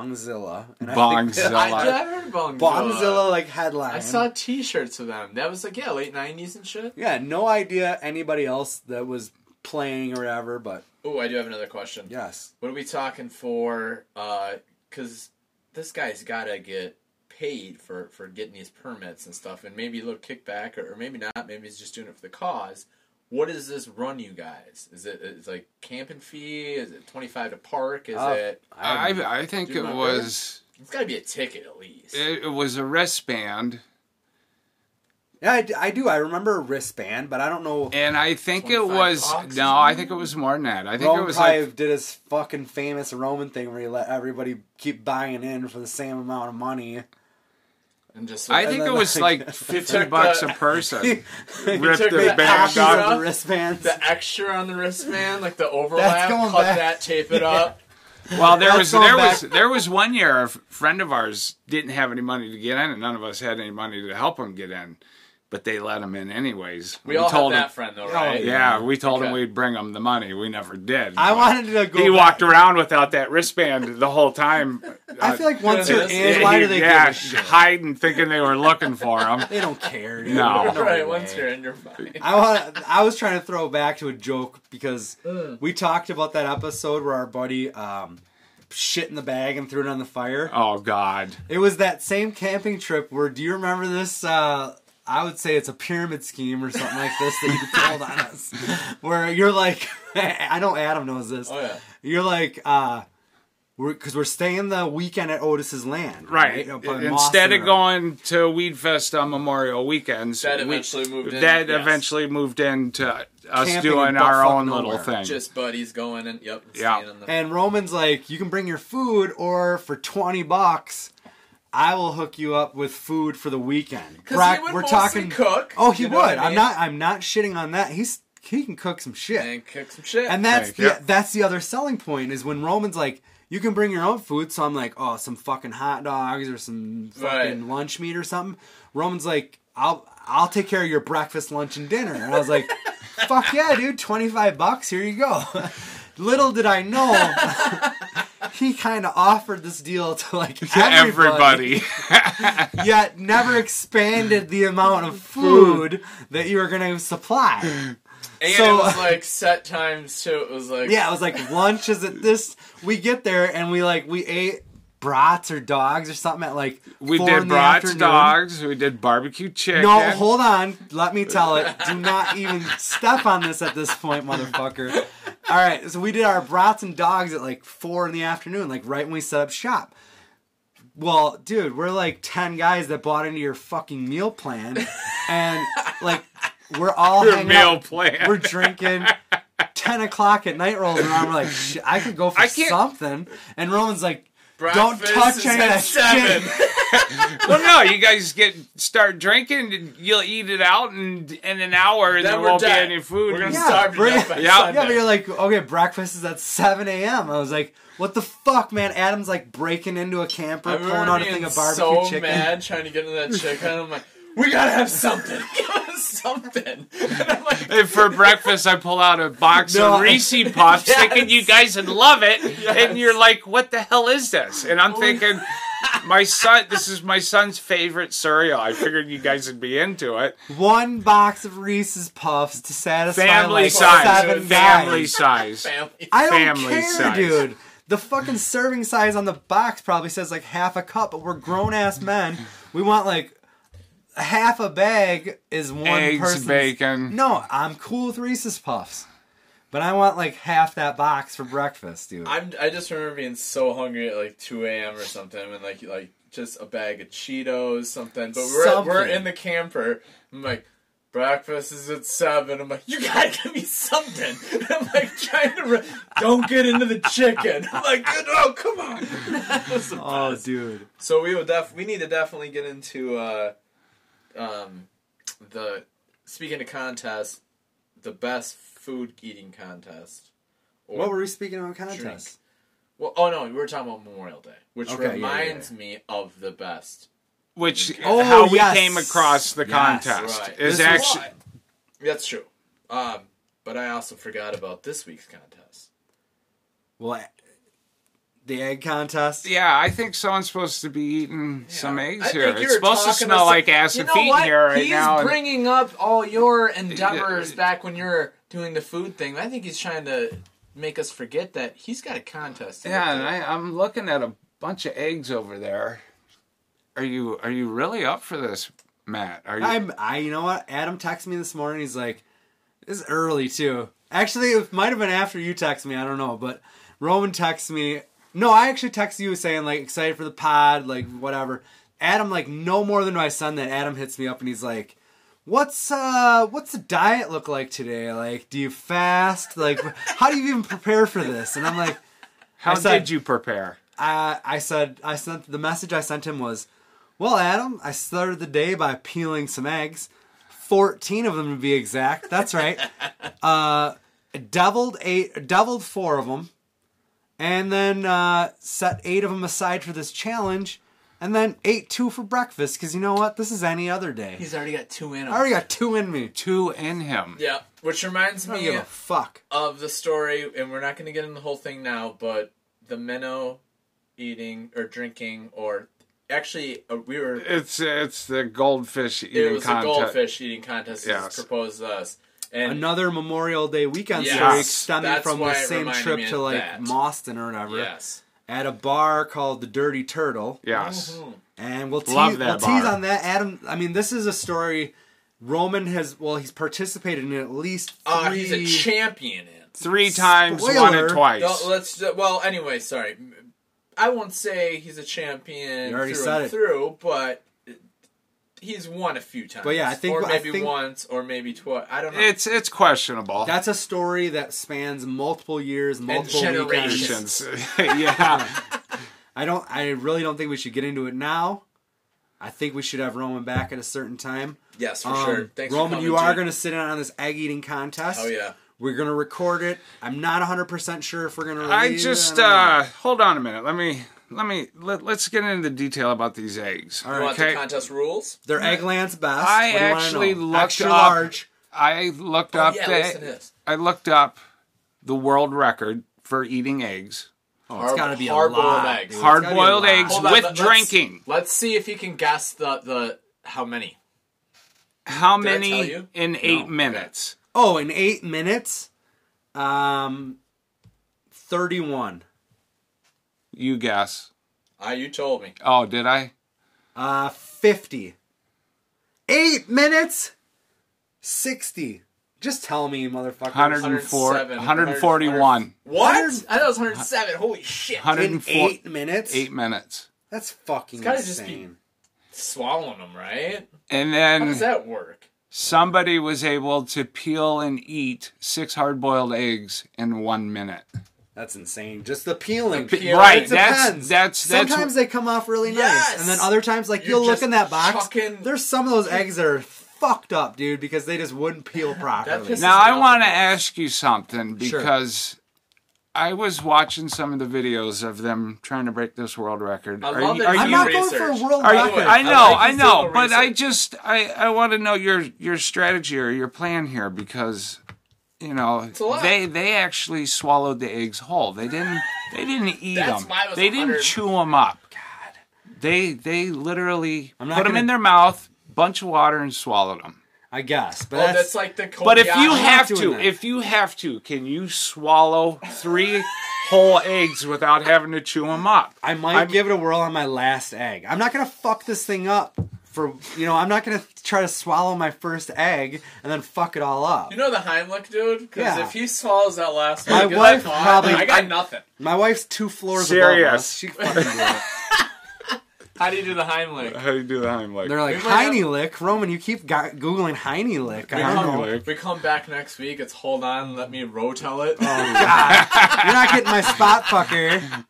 A: Bongzilla. And
C: Bongzilla.
A: I
B: I,
C: Bongzilla.
B: yeah, I heard Bongzilla.
A: think Bongzilla like headline.
B: I saw T-shirts of them. That was like yeah, late '90s and shit.
A: Yeah, no idea anybody else that was playing or whatever, but
B: Oh, I do have another question.
A: yes,
B: What are we talking for? Because this guy's got to get paid for, for getting these permits and stuff, and maybe a little kickback, or, or maybe not. Maybe he's just doing it for the cause. What does this run you guys? Is it is like camping fee? Is it twenty five to park? Is
A: Oh.
B: it?
C: I, I think
B: Do you
C: it
B: remember?
C: was
B: It's got to be a ticket at least.
C: it, it was a wristband,
A: yeah, I, d- I do. I remember a wristband, but I don't know.
C: and I think it
B: 25
C: was
B: bucks?
C: no, I think it was more than that. I think
A: Rome
C: it was
A: probably
C: like
A: did his fucking famous Roman thing where he let everybody keep buying in for the same amount of money.
B: and just
C: I
B: like-
C: think
A: then,
C: it was like fifty
B: took
C: bucks a
B: the-
C: person. Ripped
B: took
C: the
B: the
C: band
A: Copies
C: off.
B: off.
A: of the wristbands.
B: the extra on the wristband, like the overlap,
A: going
B: cut
A: back.
B: that, tape it up.
C: Well, there
A: That's
C: was
A: going
C: there
A: back-
C: was there was one year a f- friend of ours didn't have any money to get in, and none of us had any money to help him get in, but they let him in anyways.
B: We, all
C: told
B: have that
C: him, Oh,
B: friend though, right?
C: yeah, we told him
B: Okay.
C: we'd bring him the money. We never did.
A: I
C: but
A: wanted to go.
C: He
A: back-
C: walked around without that wristband the whole time.
A: I feel like once you're
B: Yeah,
A: in, why
C: he-
A: do they
C: yeah,
A: give a shit?
C: hiding, thinking they were looking for him.
A: They don't care. dude.
C: No.
B: right.
A: way.
B: Once you're in, you're fine.
A: I want. I was trying to throw back to a joke because
B: Mm.
A: we talked about that episode where our buddy um, shit in the bag and threw it on the fire.
C: Oh God!
A: It was that same camping trip where. Do you remember this? Uh, I would say it's a pyramid scheme or something like this that you told on us, where you're like, I know Adam knows this.
B: Oh yeah.
A: You're like, uh, we're because we're staying the weekend at Otis's land,
C: Right.
A: Up on Moss
C: Instead of
A: Road.
C: going to Weed Fest on Memorial weekends,
B: That
C: we-
B: eventually moved in.
C: That
B: yes.
C: eventually moved into us
A: Camping in
C: doing our
A: buttfuck
C: own
A: nowhere.
C: little thing.
B: Just buddies going and yep. and
C: Yeah.
B: staying on the-
A: And Roman's like, you can bring your food, or for 20 bucks, I will hook you up with food for the weekend.
B: 'Cause
A: Brock,
B: he would
A: we're
B: mostly
A: talking.
B: cook.
A: Oh, he
B: you
A: would.
B: know what I
A: I'm
B: mean?
A: not. I'm not shitting on that. He's he can cook some shit.
B: And kick some shit.
A: And that's
C: Thank
A: the,
C: you.
A: that's the other selling point is when Roman's like, you can bring your own food. So I'm like, oh, some fucking hot dogs or some fucking
B: Right.
A: lunch meat or something. Roman's like, I'll I'll take care of your breakfast, lunch, and dinner. And I was like, fuck yeah, dude, twenty five bucks. Here you go. Little did I know. He kind of offered this deal to like
C: to everybody.
A: yet never expanded the amount of food that you were gonna supply.
B: And
A: So-
B: it was like set times too. It was like
A: Yeah, it was like lunch is at this. We get there and we like we ate brats or dogs or something at like
C: we
A: four in
C: did
A: the
C: brats,
A: afternoon.
C: dogs. We did barbecue chicken.
A: No, hold on. Let me tell it. Do not even step on this at this point, motherfucker. All right, so we did our brats and dogs at like four in the afternoon, like right when we set up shop. Well, dude, we're like ten guys that bought into your fucking meal plan, and like we're all
C: Your
A: hanging
C: meal
A: out.
C: plan.
A: We're drinking. 10 o'clock at night rolls around. We're like, Shit, I could go for
C: I can't-
A: something. And Roman's like, don't
B: breakfast
A: touch
B: is
A: any of
B: at
A: that
B: seven.
A: shit.
C: well, no, you guys get start drinking. and You'll eat it out in, in an hour, and
B: Then
C: there
B: we're
C: won't
B: done.
C: be any food.
B: We're gonna
A: Yeah,
B: starve to
A: bring-
B: death by
C: Yeah.
A: Yeah, but
B: Sunday.
A: you're like, okay, breakfast is at 7 a.m. I was like, what the fuck, man? Adam's like breaking into a camper,
B: I
A: pulling
B: remember
A: out a
B: being
A: thing of barbecue
B: so
A: chicken.
B: mad trying to get into that chicken. I'm like, we gotta have something. Give us something. And I'm like,
C: And for breakfast, I pull out a box
A: No,
C: of
A: I-
C: Reese Pops,
B: Yes.
C: thinking you guys would love it, and you're like, "What the hell is this?" And
B: Oh,
C: I'm thinking, "My son, this is my son's favorite cereal. I figured you guys would be into it."
A: One box of Reese's Puffs to satisfy
C: Family
A: like
C: size,
A: seven
C: family
A: guys.
C: size.
B: family.
A: I don't
C: family
A: care,
C: size.
A: dude. The fucking serving size on the box probably says like half a cup, but we're grown ass men. We want like half a bag is one
C: Eggs,
A: person's-
C: bacon.
A: No, I'm cool with Reese's Puffs, but I want like half that box for breakfast, dude.
B: I'm, I just remember being so hungry at like 2 a.m. or something, and like like just a bag of Cheetos, something. But we're we're
A: Something.
B: in the camper. I'm like. Breakfast is at seven. I'm like, you gotta give me something. And I'm like trying to, re- don't get into the chicken. I'm like, oh come on. That was the
A: oh,
B: best.
A: dude.
B: So we would def we need to definitely get into uh, um, the speaking of contests, the best food eating contest. Or,
A: What were we speaking on contest?
B: well, oh no, we were talking about Memorial Day, which
A: Okay, yeah, yeah,
B: reminds me of the best.
C: Which
A: Oh,
C: how we
A: yes.
C: came across the
A: Yes.
C: contest
B: Right.
C: is
A: This is
C: actually
B: That's true. Um, but I also forgot about this week's contest.
A: Well, I- the egg contest.
C: yeah. I think someone's supposed to be eating some
B: Yeah.
C: eggs
B: I
C: here.
B: think you
C: It's
B: were
C: supposed to
B: talking
C: smell
B: some-
C: like ass
B: You
C: and
B: know
C: feet
B: what?
C: in here right
B: he's
C: now. and-
B: bringing up all your endeavors back when you're doing the food thing. I think he's trying to make us forget that he's got a contest. to
C: Yeah,
B: look
C: and
B: at.
C: I, I'm looking at a bunch of eggs over there. Are you are you really up for this, Matt? Are you?
A: I'm. I. You know what? Adam texted me this morning. He's like, "This is early too." Actually, it might have been after you texted me. I don't know, but Roman texted me. No, I actually texted you saying like excited for the pod, like whatever. Adam like no more than do I send that. Adam hits me up and he's like, "What's uh, what's the diet look like today? Like, do you fast? Like, how do you even prepare for this?" And I'm like,
C: how
A: I said-
C: did you prepare?
A: I I said I sent the message I sent him was, Well, Adam, I started the day by peeling some eggs. 14 of them to be exact. That's right. Uh, deviled eight, deviled four of them, and then uh, set eight of them aside for this challenge, and then ate two for breakfast because you know what? This is any other day.
D: He's already got two in him.
A: I already got two in me.
C: Two in him.
B: Yeah, which reminds
A: I don't
B: me
A: give a fuck.
B: of the story, and we're not going to get into the whole thing now, but the minnow eating or drinking or actually uh, we were
C: It's it's the goldfish
B: it
C: eating
B: was
C: contest.
B: a goldfish eating contest that was
C: Yes.
B: proposed to us. And
A: Another Memorial Day weekend
B: Yes,
A: story stemming
B: that's
A: from
B: why
A: the
B: it
A: same
B: reminded
A: trip
B: me
A: to
B: of
A: like
B: that.
A: Boston or whatever
B: yes.
A: at a bar called the Dirty Turtle.
C: Yes.
B: Mm-hmm.
A: And we'll tease,
C: Love that
A: we'll
C: bar.
A: tease on that. Adam, I mean, this is a story Roman has, well, he's participated in at least three.
B: Uh, he's a champion in.
C: Three times, won
A: Spoiler.
C: it twice.
B: No, let's. uh, Well, anyway, sorry. I won't say he's a champion
A: You already
B: through
A: said
B: and
A: it.
B: through, but he's won a few times.
A: But yeah, I think-
B: or
A: I
B: maybe
A: think-
B: once, or maybe twice. I don't know.
C: it's it's questionable.
A: That's a story that spans multiple years, multiple
B: generations.
A: weekends.
C: Patience. yeah.
A: I don't. I really don't think we should get into it now. I think we should have Roman back at a certain time.
B: yes, for
A: Um,
B: sure. Thanks, for
A: Roman,
B: coming,
A: you are
B: dude.
A: going to sit in on this egg eating contest.
B: Oh yeah.
A: We're going to record it. I'm not 100% sure if we're going to
C: I just uh hold on a minute. Let me let me let, let's get into the detail about these eggs.
A: All
B: You
A: right.
B: want the contest rules?
A: They're Eggland's best.
C: I
A: What do you wanna
C: actually
A: know?
C: looked
A: Extra
C: up-
A: large.
C: I looked up
B: Oh, yeah,
C: the-
B: listen to this.
C: I looked up the world record for eating eggs.
A: Oh, it's got to be a
B: Hard-boiled
A: lot.
B: eggs.
A: dude. It's gotta
C: Hard
A: be a
C: boiled
A: lot.
C: eggs
B: Hold on,
C: with
B: let- let's-
C: drinking.
B: Let's see if he can guess the the how many.
C: How
B: I tell
C: many
B: you?
C: in eight minutes?
A: Oh, in eight minutes, um, thirty-one.
C: You guess.
B: Ah, you told me.
C: Oh, did I?
A: Uh, fifty. Eight minutes, sixty. Just tell me, motherfucker.
C: 104,
B: 107,
C: 141.
B: What?
A: Hundred-
B: I thought it was 107. Holy shit!
A: in
C: 104,
A: eight minutes.
C: eight minutes.
A: That's fucking
B: gotta
A: insane.
B: just be- Swallowing them, right?
C: And
B: How does
C: then
B: that work?
C: somebody was able to peel and eat six hard boiled eggs in one minute.
A: That's insane. Just the peeling.
B: peeling.
C: Right.
A: It
C: That's
A: depends.
C: that's that's
A: Sometimes they come off really nice,
B: Yes!
A: and then other times, like
B: You're
A: you'll look
B: just
A: in that box.
B: chucking-
A: There's some of those eggs that are fucked up, dude, because they just wouldn't peel properly.
B: pisses
C: Now I
B: Something
C: want to
B: else.
C: ask you something
A: Sure.
C: because I was watching some of the videos of them trying to break this world record.
B: I
C: Are
B: love
C: you-
B: that
C: are
A: I'm
B: you-
C: you-
A: not
B: research.
A: going for a world
C: are you-
A: record.
C: I know,
B: I like
C: I
B: his
C: know,
B: little
C: but I
B: research.
C: just I, I want to know your your strategy or your plan here because you know
B: a lot.
C: they they actually swallowed the eggs whole. They didn't they didn't eat
B: That's
C: them.
B: why it was
C: They didn't
B: 100.
C: chew them up. God, they they literally put
A: not
C: them
A: gonna-
C: in their mouth, bunch of water, and swallowed them.
A: I guess, but
B: Well,
A: that's,
B: Oh, that's, like the
C: But if you
B: Kobayashi.
C: have
A: doing
C: to,
A: that.
C: if you have to, can you swallow three whole eggs without having to chew them up?
A: I might give it a whirl on my last egg. I'm not gonna fuck this thing up for you know. I'm not gonna try to swallow my first egg and then fuck it all up.
B: You know the Heimlich dude? Because
A: Yeah.
B: if he swallows that last
A: My
B: one, get
A: wife
B: that thought,
A: probably-
B: I got nothing.
A: my wife's two floors above
C: Serious.
A: us. She fucking blew it.
B: How do you do the Heimlich?
C: How do you do that? I'm like,
A: They're like
B: We might have-
A: Heiny Lick. Roman, you keep go- googling Heiny Lick. I don't know.
B: If we come back next week, it's hold on, let me rotel it.
A: Oh. You're not getting my spot, fucker.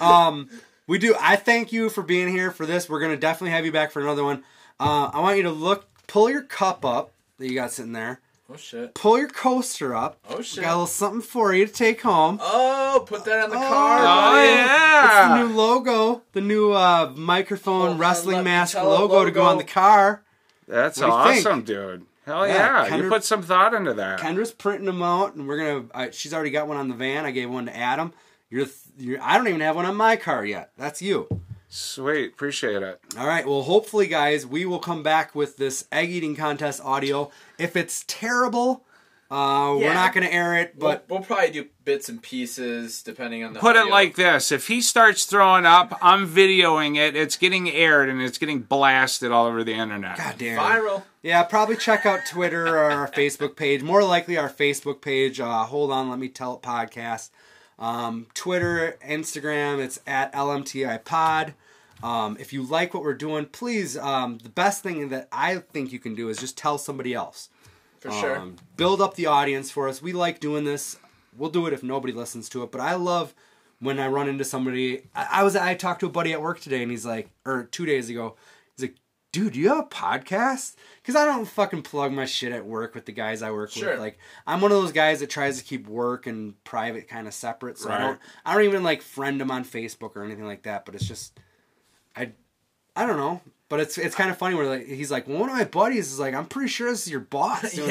A: Um, we do. I thank you for being here for this. We're gonna definitely have you back for another one. Uh, I want you to look, pull your cup up that you got sitting there.
B: oh shit.
A: Pull your coaster up.
B: Oh
A: We
B: shit.
A: got a little something for you to take home.
B: Oh, put that on the car.
C: oh
B: buddy.
A: It's the
C: yeah,
A: new logo, the new uh, microphone
B: Hold on, Oh, let
A: wrestling
B: me
A: mask
B: tell it
A: logo, to go
B: logo.
A: on the car.
C: that's
A: What do you think?
C: awesome, dude. Hell
A: Yeah,
C: yeah,
A: Kendra-
C: you put some thought into that.
A: Kendra's printing them out, and we're gonna. Uh, she's already got one on the van. I gave one to Adam. You're, th- you're. I don't even have one on my car yet. That's you.
C: Sweet, appreciate it.
A: All right. Well, hopefully, guys, we will come back with this egg eating contest audio. If it's terrible, uh, we're
B: Yeah.
A: not going to air it.
B: We'll,
A: But
B: we'll probably do bits and pieces depending on the.
C: Put it
B: audio.
C: like this: if he starts throwing up, I'm videoing it. It's getting aired and it's getting blasted all over the internet.
A: God damn.
B: viral.
A: Yeah, probably check out Twitter or our Facebook page. More likely, our Facebook page. Uh, Hold on, let me tell it podcast. Um, Twitter, Instagram, it's at LMTI Pod. Um, if you like what we're doing, please. Um, the best thing that I think you can do is just tell somebody else.
B: For sure.
A: Um, build up the audience for us. We like doing this. We'll do it if nobody listens to it. But I love when I run into somebody. I, I was I talked to a buddy at work today, and he's like, or two days ago, dude, do you have a podcast? Because I don't fucking plug my shit at work with the guys I work
B: Sure.
A: with. Like, I'm one of those guys that tries to keep work and private kind of separate. So
E: Right.
A: I don't, I don't even like friend them on Facebook or anything like that. But it's just, I, I don't know. But it's it's kind of funny where like he's like, well, one of my buddies is like, I'm pretty sure this is your boss doing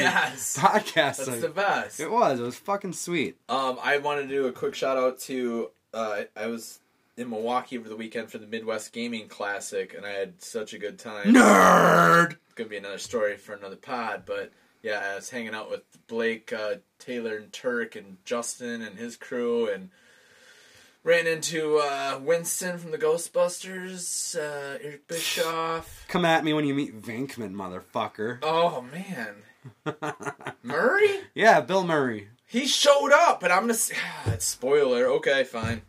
B: Yes.
A: a podcast.
B: That's
A: Like,
B: the best.
A: it was. It was fucking sweet.
B: Um, I want to do a quick shout out to uh, I was in Milwaukee over the weekend for the Midwest Gaming Classic, and I had such a good time.
A: Nerd.
B: Gonna be another story for another pod, but yeah, I was hanging out with Blake uh, Taylor and Turk and Justin and his crew, and ran into uh, Winston from the Ghostbusters, uh, Eric Bischoff.
A: Come at me when you meet Vinkman, motherfucker.
B: Oh man, Murray.
A: Yeah, Bill Murray.
B: He showed up, and I'm gonna. s- It's spoiler. Okay, fine.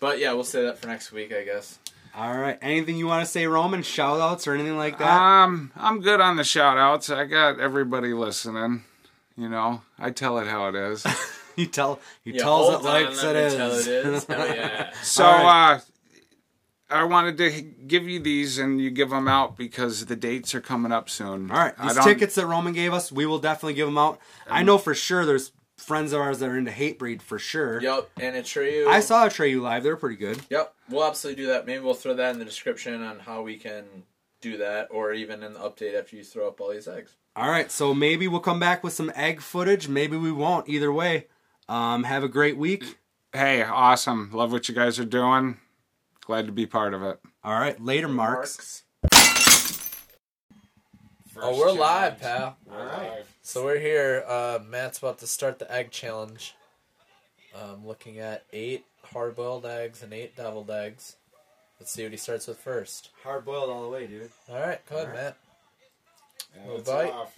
B: But yeah, we'll say that for next week, I guess.
A: All right. Anything you want to say, Roman? Shout outs or anything like
B: Uh,
A: that?
E: Um, I'm good on the shout outs. I got everybody listening. You know, I tell it how it is.
A: he tell he
B: Yeah,
A: tells it
B: hold on,
A: like
B: let
A: it
B: me
A: is.
B: tell it is. Hell yeah.
E: So
A: All
E: uh, I wanted to give you these and you give them out because the dates are coming up soon.
A: All right.
E: I
A: These
E: don't-
A: tickets that Roman gave us, we will definitely give them out.
B: Um,
A: I know for sure there's friends of ours that are into hate breed for sure.
B: Yup, and a trio.
A: I saw a Trey you live. They're pretty good.
B: Yep, we'll absolutely do that. Maybe we'll throw that in the description on how we can do that, or even in the update after you throw up all these eggs.
A: All right. So maybe we'll come back with some egg footage. Maybe we won't. Either way, um, have a great week.
E: Hey, awesome. Love what you guys are doing. Glad to be part of it.
A: All right. Later, Marks.
B: Oh, we're live, pal.
E: All right.
B: So we're here. Uh, Matt's about to start the egg challenge. Um, looking at eight hard-boiled eggs and eight deviled eggs. Let's see what he starts with first.
A: Hard boiled all the way, dude.
B: All right, come on, Matt.
E: It's
B: bite.
E: off.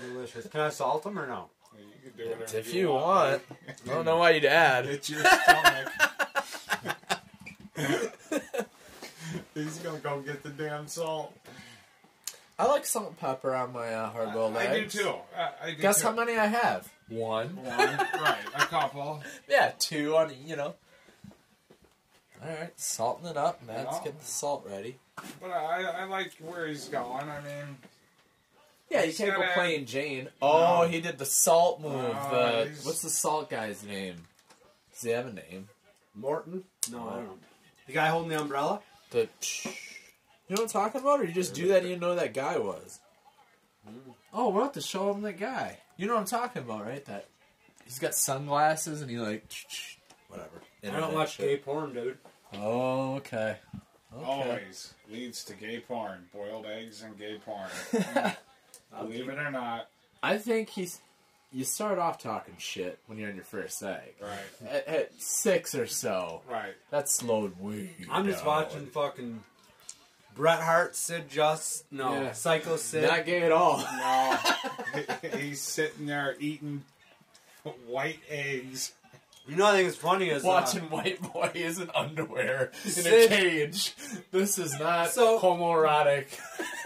A: Delicious. Can I salt them or no?
E: You can do whatever
B: If you want, I don't know why you'd add.
E: It's your stomach.
C: He's gonna go get the damn salt.
B: I like salt and pepper on my uh, hard-boiled
C: I do
B: eggs.
C: too. I, I do
B: Guess
C: too.
B: how many I have? One.
C: One, right, a couple.
B: Yeah, two on you know. All right, salting it up. Matt's
C: Yeah.
B: getting the salt ready.
C: But I, I like where he's going. I mean,
B: Yeah, you
C: He's
B: can't go
C: gotta-
B: playing Jane. Oh,
C: No.
B: he did the salt move.
C: No,
B: the
C: he's-
B: what's the salt guy's name? Does he have a name?
A: Morton? No, I don't know. The guy holding the umbrella?
B: The you know what I'm talking about, or you just do that and you know who that guy was.
C: Hmm.
B: Oh, we're about to show him the guy. You know what I'm talking about, right? That he's got sunglasses and he like whatever. Internet shit.
A: porn, dude.
B: Oh, okay. okay.
C: Oh, always leads to gay porn, boiled eggs and gay porn. Believe it or not,
B: I think he's. You start off talking shit when you're in your first egg.
C: right,
B: At, at six or so,
C: right.
B: that's slowed way.
A: I'm just
B: down.
A: watching fucking Bret Hart, Sid Just, no,
B: Yeah.
A: Psycho Sid.
B: Not gay at all.
C: No, he's sitting there eating white eggs.
A: you know, what I think it's funny is uh,
B: Watching white boys in underwear in
A: Sid-
B: a cage. This is not
A: So-
B: homoerotic.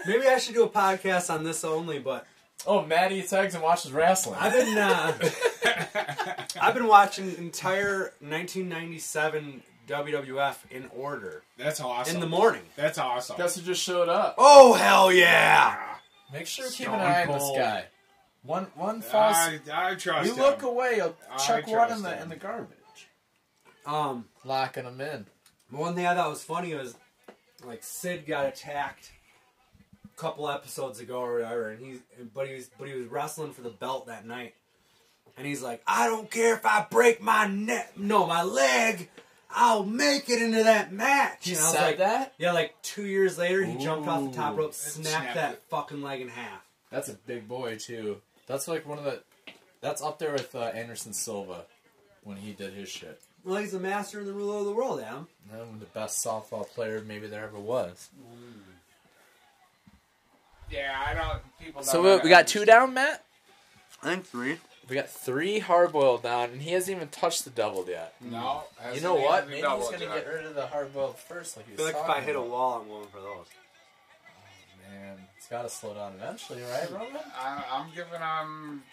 A: maybe I should do a podcast on this only, but
B: Oh, Matt eats eggs and watches wrestling.
A: I've been uh, I've been watching entire 1997 WWF in order
C: That's awesome.
A: in the morning.
C: That's awesome.
B: Guess who just showed up?
A: Oh hell yeah!
B: Make sure to keep an
C: Stone
B: eye on this
C: Cold.
B: guy. One one false.
C: I, I trust
B: you
C: him.
B: look away, you'll
C: I
B: chuck one in
C: trust
B: the
C: him.
B: in the garbage.
A: Um,
B: Locking him in.
A: One thing I thought was funny was like Sid got attacked a couple episodes ago or whatever, and he's but he was but he was wrestling for the belt that night, and he's like, I don't care if I break my neck, no, my leg, I'll make it into that match.
B: He
A: And I was
B: said
A: like,
B: that.
A: Yeah, like two years later, he jumped off the top
B: Ooh.
A: rope, snapped
C: snapped
A: that
C: it.
A: fucking leg in half.
B: That's a big boy too. That's like one of the. That's up there with uh, Anderson Silva when he did his shit.
A: Well, he's the master and the ruler of the world, Adam.
B: And the best softball player maybe there ever was.
C: Yeah, I don't. People.
B: So
C: don't
B: we, we got two
C: understand.
B: down, Matt.
A: I think three.
B: We got three hard-boiled down, and he hasn't even touched the double yet.
C: No,
B: You
C: hasn't
B: know
C: even
B: what? Maybe he's
C: doubled
B: gonna
C: yet.
B: get rid of the hard-boiled first, like he
A: I
B: was
A: feel like if I
B: talking
A: hit a
B: about.
A: wall, I'm going for those.
B: man, it's got to slow down eventually, right, Roman?
C: I, I'm giving him.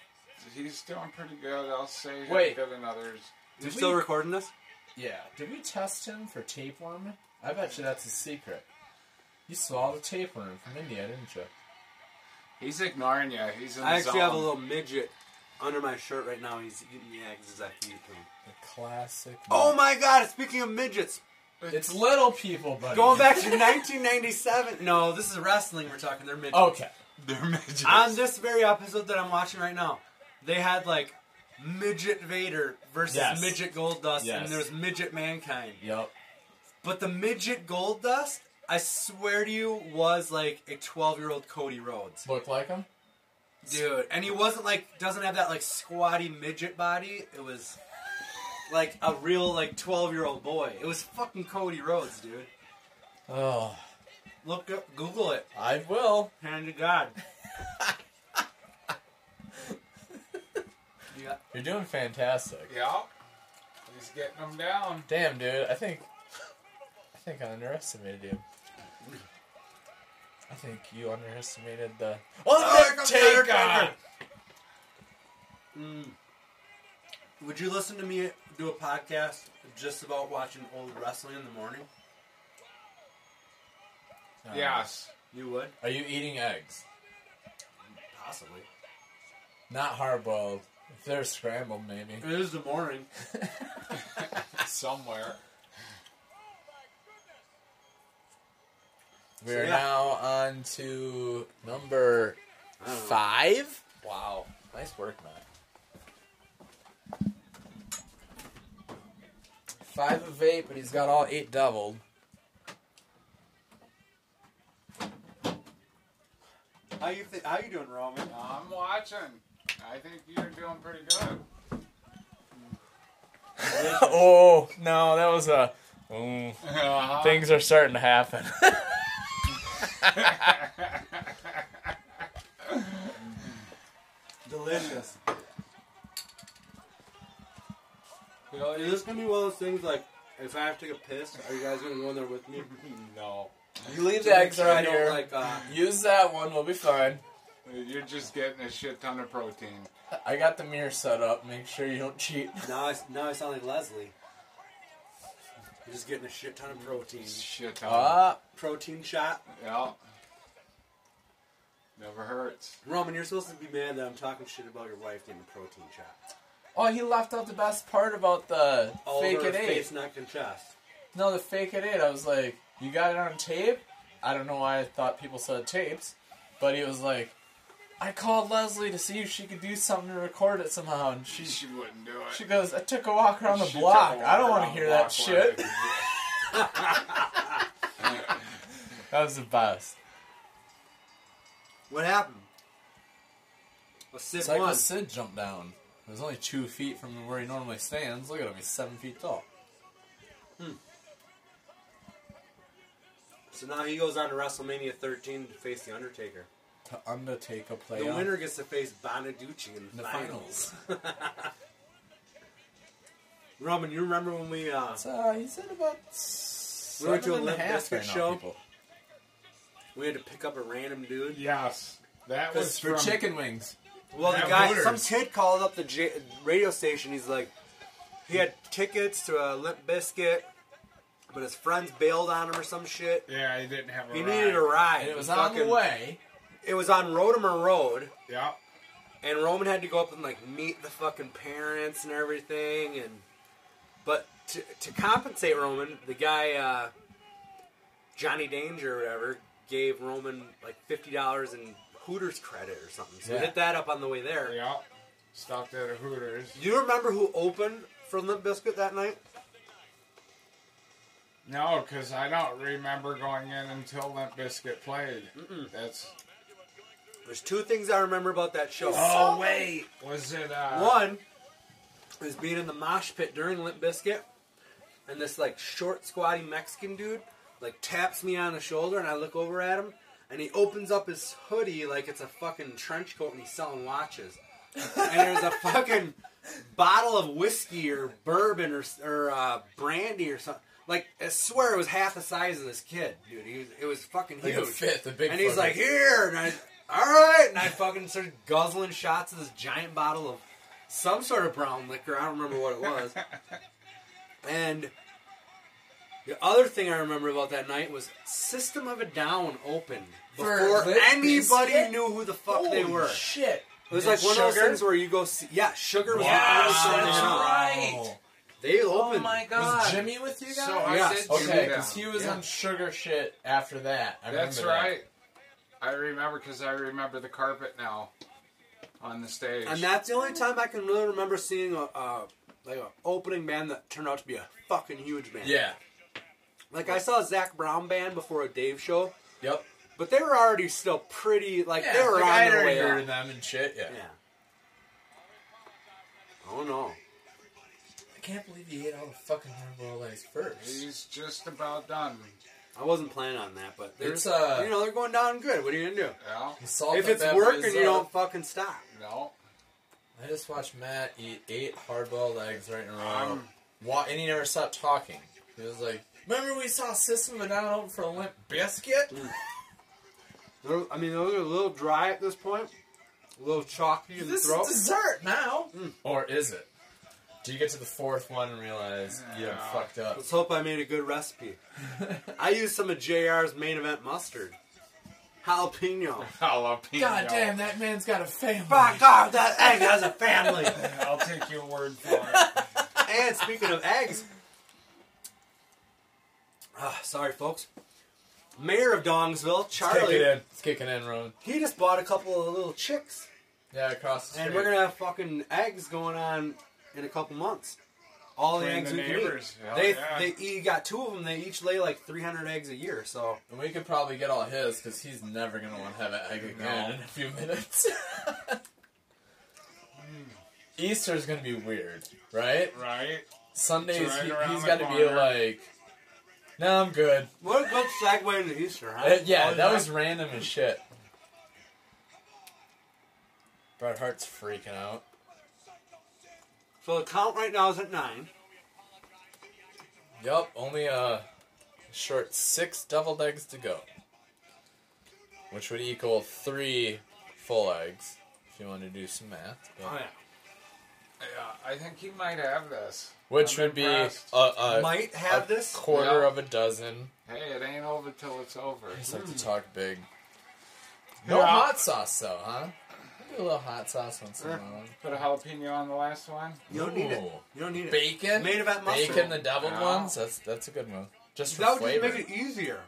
C: He's doing pretty good. I'll say he'll
B: Wait.
C: give another.
A: You
B: Did
A: still
B: we-
A: recording this?
B: Yeah. Did we test him for tapeworm? I bet you that's his secret. You swallowed a tapeworm from India, didn't you?
F: He's ignoring you. He's in
A: I
F: the
A: actually have a
F: zone.
A: little midget under my shirt right now. He's eating the eggs as I feed him.
B: The classic.
A: Oh my god! Speaking of midgets,
B: It's little people, buddy.
A: going back to 1997. No, this is wrestling. We're talking. They're midgets.
B: Okay.
F: They're midgets.
A: On this very episode that I'm watching right now, they had like midget Vader versus
B: Yes.
A: midget Gold Dust,
B: Yes.
A: and there was midget Mankind.
B: Yep.
A: But the midget Gold Dust, I swear to you, was like a 12 year old Cody Rhodes,
B: Look like him.
A: dude. And he wasn't like doesn't have that like squatty midget body. It was like a real like 12 year old boy. It was fucking Cody Rhodes, dude.
B: Oh,
A: Look up, Google it.
B: I will.
A: Hand to God. yeah.
B: You're doing fantastic.
C: Yep. He's getting them down.
B: Damn, dude. I think. I think I underestimated you. I think you underestimated the Undertaker.
A: Mm. Would you listen to me do a podcast just about watching old wrestling in the morning?
B: Uh,
F: Yes.
A: You would?
B: Are you eating eggs?
A: Possibly.
B: Not hard boiled. If they're scrambled, maybe.
A: It is the morning.
C: Somewhere.
B: We are
A: yeah.
B: now on to number five. Wow, nice work, Matt. Five of eight, but he's got all eight doubled.
A: How you thi- how you doing, Roman?
C: I'm watching. I think you're doing pretty good.
B: oh no, that was a. Mm,
C: Uh-huh.
B: things are starting to happen.
A: Delicious. You know, is this gonna be one of those things like if I have to take a piss, are you guys gonna go in there with me?
C: No.
A: You leave
B: the eggs right here.
A: Like, uh,
B: Use that one, we'll be fine.
C: You're just getting a shit ton of protein.
B: I got the mirror set up. Make sure you don't cheat.
A: now I s- now I sound like Leslie. You're just getting a shit ton of protein.
C: Shit ton.
B: Ah,
A: Protein shot.
C: Yep. Never hurts.
A: Roman, you're supposed to be mad that I'm talking shit about your wife getting a protein shot.
B: oh, he left out the best part about the
A: All
B: fake
A: over
B: it
A: her
B: eight.
A: face, not confessed.
B: No, the fake it eight. I was like, you got it on tape. I don't know why I thought people said tapes, but he was like, I called Leslie to see if she could do something to record it somehow, and she
C: She wouldn't do it.
B: she goes, I took a walk around the
C: She took a
B: block.
C: walk
B: I don't want to
C: around
B: hear
C: the
B: that
C: block
B: shit.
C: where-
B: That was the best.
A: What happened? Well, Sid
B: Psycho
A: won.
B: Sid jumped down. It was only two feet from where he normally stands. Look at him, he's seven feet tall.
A: So now he goes on to WrestleMania 13 to face The Undertaker.
B: To undertake a
A: The
B: playoff
A: winner gets to face Bonaducci in
B: in
A: the
B: the
A: finals.
B: finals.
A: Roman, you remember when we uh,
B: so he's at about
A: We went to a
B: seven and
A: Limp
B: half
A: Bizkit
B: right now,
A: show.
B: people.
A: we had to pick up a random dude?
C: Yes. That was
B: for
C: from,
B: chicken wings.
A: Well, the
C: Yeah,
A: guy,
C: voters.
A: some kid called up the J- radio station. He's like, he had tickets to a Limp Biscuit, but his friends bailed on him or some shit.
C: Yeah, he didn't have a
A: He
C: ride.
A: needed a ride.
B: And it was
A: He
B: on the
A: fucking-
B: way.
A: It was on Rodemer Road.
C: Yep.
A: and Roman had to go up and like meet the fucking parents and everything, and but to, to compensate Roman, the guy uh, Johnny Danger or whatever gave Roman like fifty dollars in Hooters credit or something. So
B: Yeah.
A: we hit that up on the way there.
C: Yep. Stopped at a Hooters.
A: Do you remember who opened for Limp Biscuit that night?
C: No, because I don't remember going in until Limp Biscuit played. That's.
A: There's two things I remember about that show.
C: Oh wait, was it uh?
A: One is being in the mosh pit during Limp Biscuit, and this like short, squatty Mexican dude like taps me on the shoulder, and I look over at him, and he opens up his hoodie like it's a fucking trench coat, and he's selling watches. and there's a fucking bottle of whiskey or bourbon or or uh, brandy or something. Like I swear it was half the size of this kid, dude. He was, it was fucking
B: Like
A: huge
B: a fifth, a big
A: and he's
B: fucking-
A: like, here, and I, all right, and I fucking started guzzling shots of this giant bottle of some sort of brown liquor. I don't remember what it was. And the other thing I remember about that night was System of a Down opened
B: For
A: before
B: Limp
A: anybody
B: Bizkit?
A: knew who the fuck they
B: Holy
A: were.
B: shit.
A: It was
B: And
A: like one of those
B: Sugar?
A: things where you go see. Yeah, Sugar was
B: Wow,
A: the first one
B: that's
A: in.
B: right.
A: They
B: Oh
A: opened.
B: my
A: Was
B: god.
A: Jimmy-
B: Jimmy with you guys?
C: So I
A: Yeah.
C: said Jimmy
B: okay,
C: Down.
B: because he was
A: Yeah.
B: on sugar shit after that. I remember
C: That's
B: that.
C: right. I remember because I remember the carpet now on the stage.
A: And that's the only time I can really remember seeing a uh, like an opening band that turned out to be a fucking huge band.
B: Yeah.
A: Like I saw a Zach Brown band before a Dave show,
B: Yep.
A: but they were already still pretty. Like
B: Yeah,
A: they were
B: like,
A: on
B: I had
A: their
B: already
A: way
B: heard
A: up.
B: of them and shit. Yeah.
A: Yeah. Oh no.
B: I can't believe he ate all the fucking hard-boiled eggs first.
C: He's just about done.
A: I wasn't planning on that, but there's
B: It's, uh,
A: you know they're going down good. What are you gonna do?
C: Yeah.
B: The salt
A: if
B: that
A: it's
B: that
A: working,
B: boy's
A: you don't
B: up-
A: fucking stop.
C: No.
B: I just watched Matt eat eight hard-boiled eggs right in a row.
C: Um,
B: Wa- and he never stopped talking. He was like, "Remember we saw System of a Down open for a Limp Biscuit?"
A: Mm. They're- I mean, those are a little dry at this point, a little chalky in the
B: This
A: throat.
B: is dessert now,
A: Mm.
B: or is it? Do you get to the fourth one and realize you done
C: Yeah.
B: fucked up?
A: Let's hope I made a good recipe. I used some of JR's main event mustard, jalapeno.
C: Jalapeno.
B: God damn, that man's got a family.
A: By God, that egg has a family.
G: I'll take your word for it.
A: and speaking of eggs, ah, sorry folks. Mayor of Dongsville,
B: It's kicking
A: Charlie,
B: in. It's kicking in, Rowan.
A: he just bought a couple of little chicks.
B: Yeah, across the street.
A: And we're gonna have fucking eggs going on in a couple months. All the
G: Between
A: eggs
G: the
A: we
G: neighbors,
A: can
G: hell
A: eat.
G: yeah.
A: They they he got two of them. They each lay like 300 eggs a year. So
B: And we could probably get all his because he's never gonna want to have an egg again
C: No.
B: in a few minutes. Easter's gonna be weird, right?
G: Right?
B: Sundays
G: It's right
B: he,
G: around
B: he's
G: the
B: got to be
G: corner.
B: like, "No, I'm good."
A: what a good segue into Easter, huh?
B: Uh, yeah,
A: Oh,
B: that was random as shit. Bret Hart's freaking out.
A: So the count right now is at nine.
B: Yup, only a short six deviled eggs to go, which would equal three full eggs if you want to do some math. but-
A: Oh
C: Yeah, I think he might have this.
B: Which
C: I'm
B: would be a,
C: impressed.
A: yeah.
B: a
A: Might have
B: a
A: this.
B: quarter
C: Yeah.
B: of a dozen.
C: Hey, it ain't over till it's over.
B: I just like to talk big. No
C: Yeah.
B: hot sauce though, huh? I do a little hot sauce once in a while.
C: Put a jalapeno on the last one.
A: You don't need it.
B: Ooh.
A: You don't need it.
B: Bacon,
A: Made of that mustard.
B: bacon, the deviled
C: Yeah.
B: ones. That's that's a good one. Just for
A: that would
B: flavor.
A: just make it easier.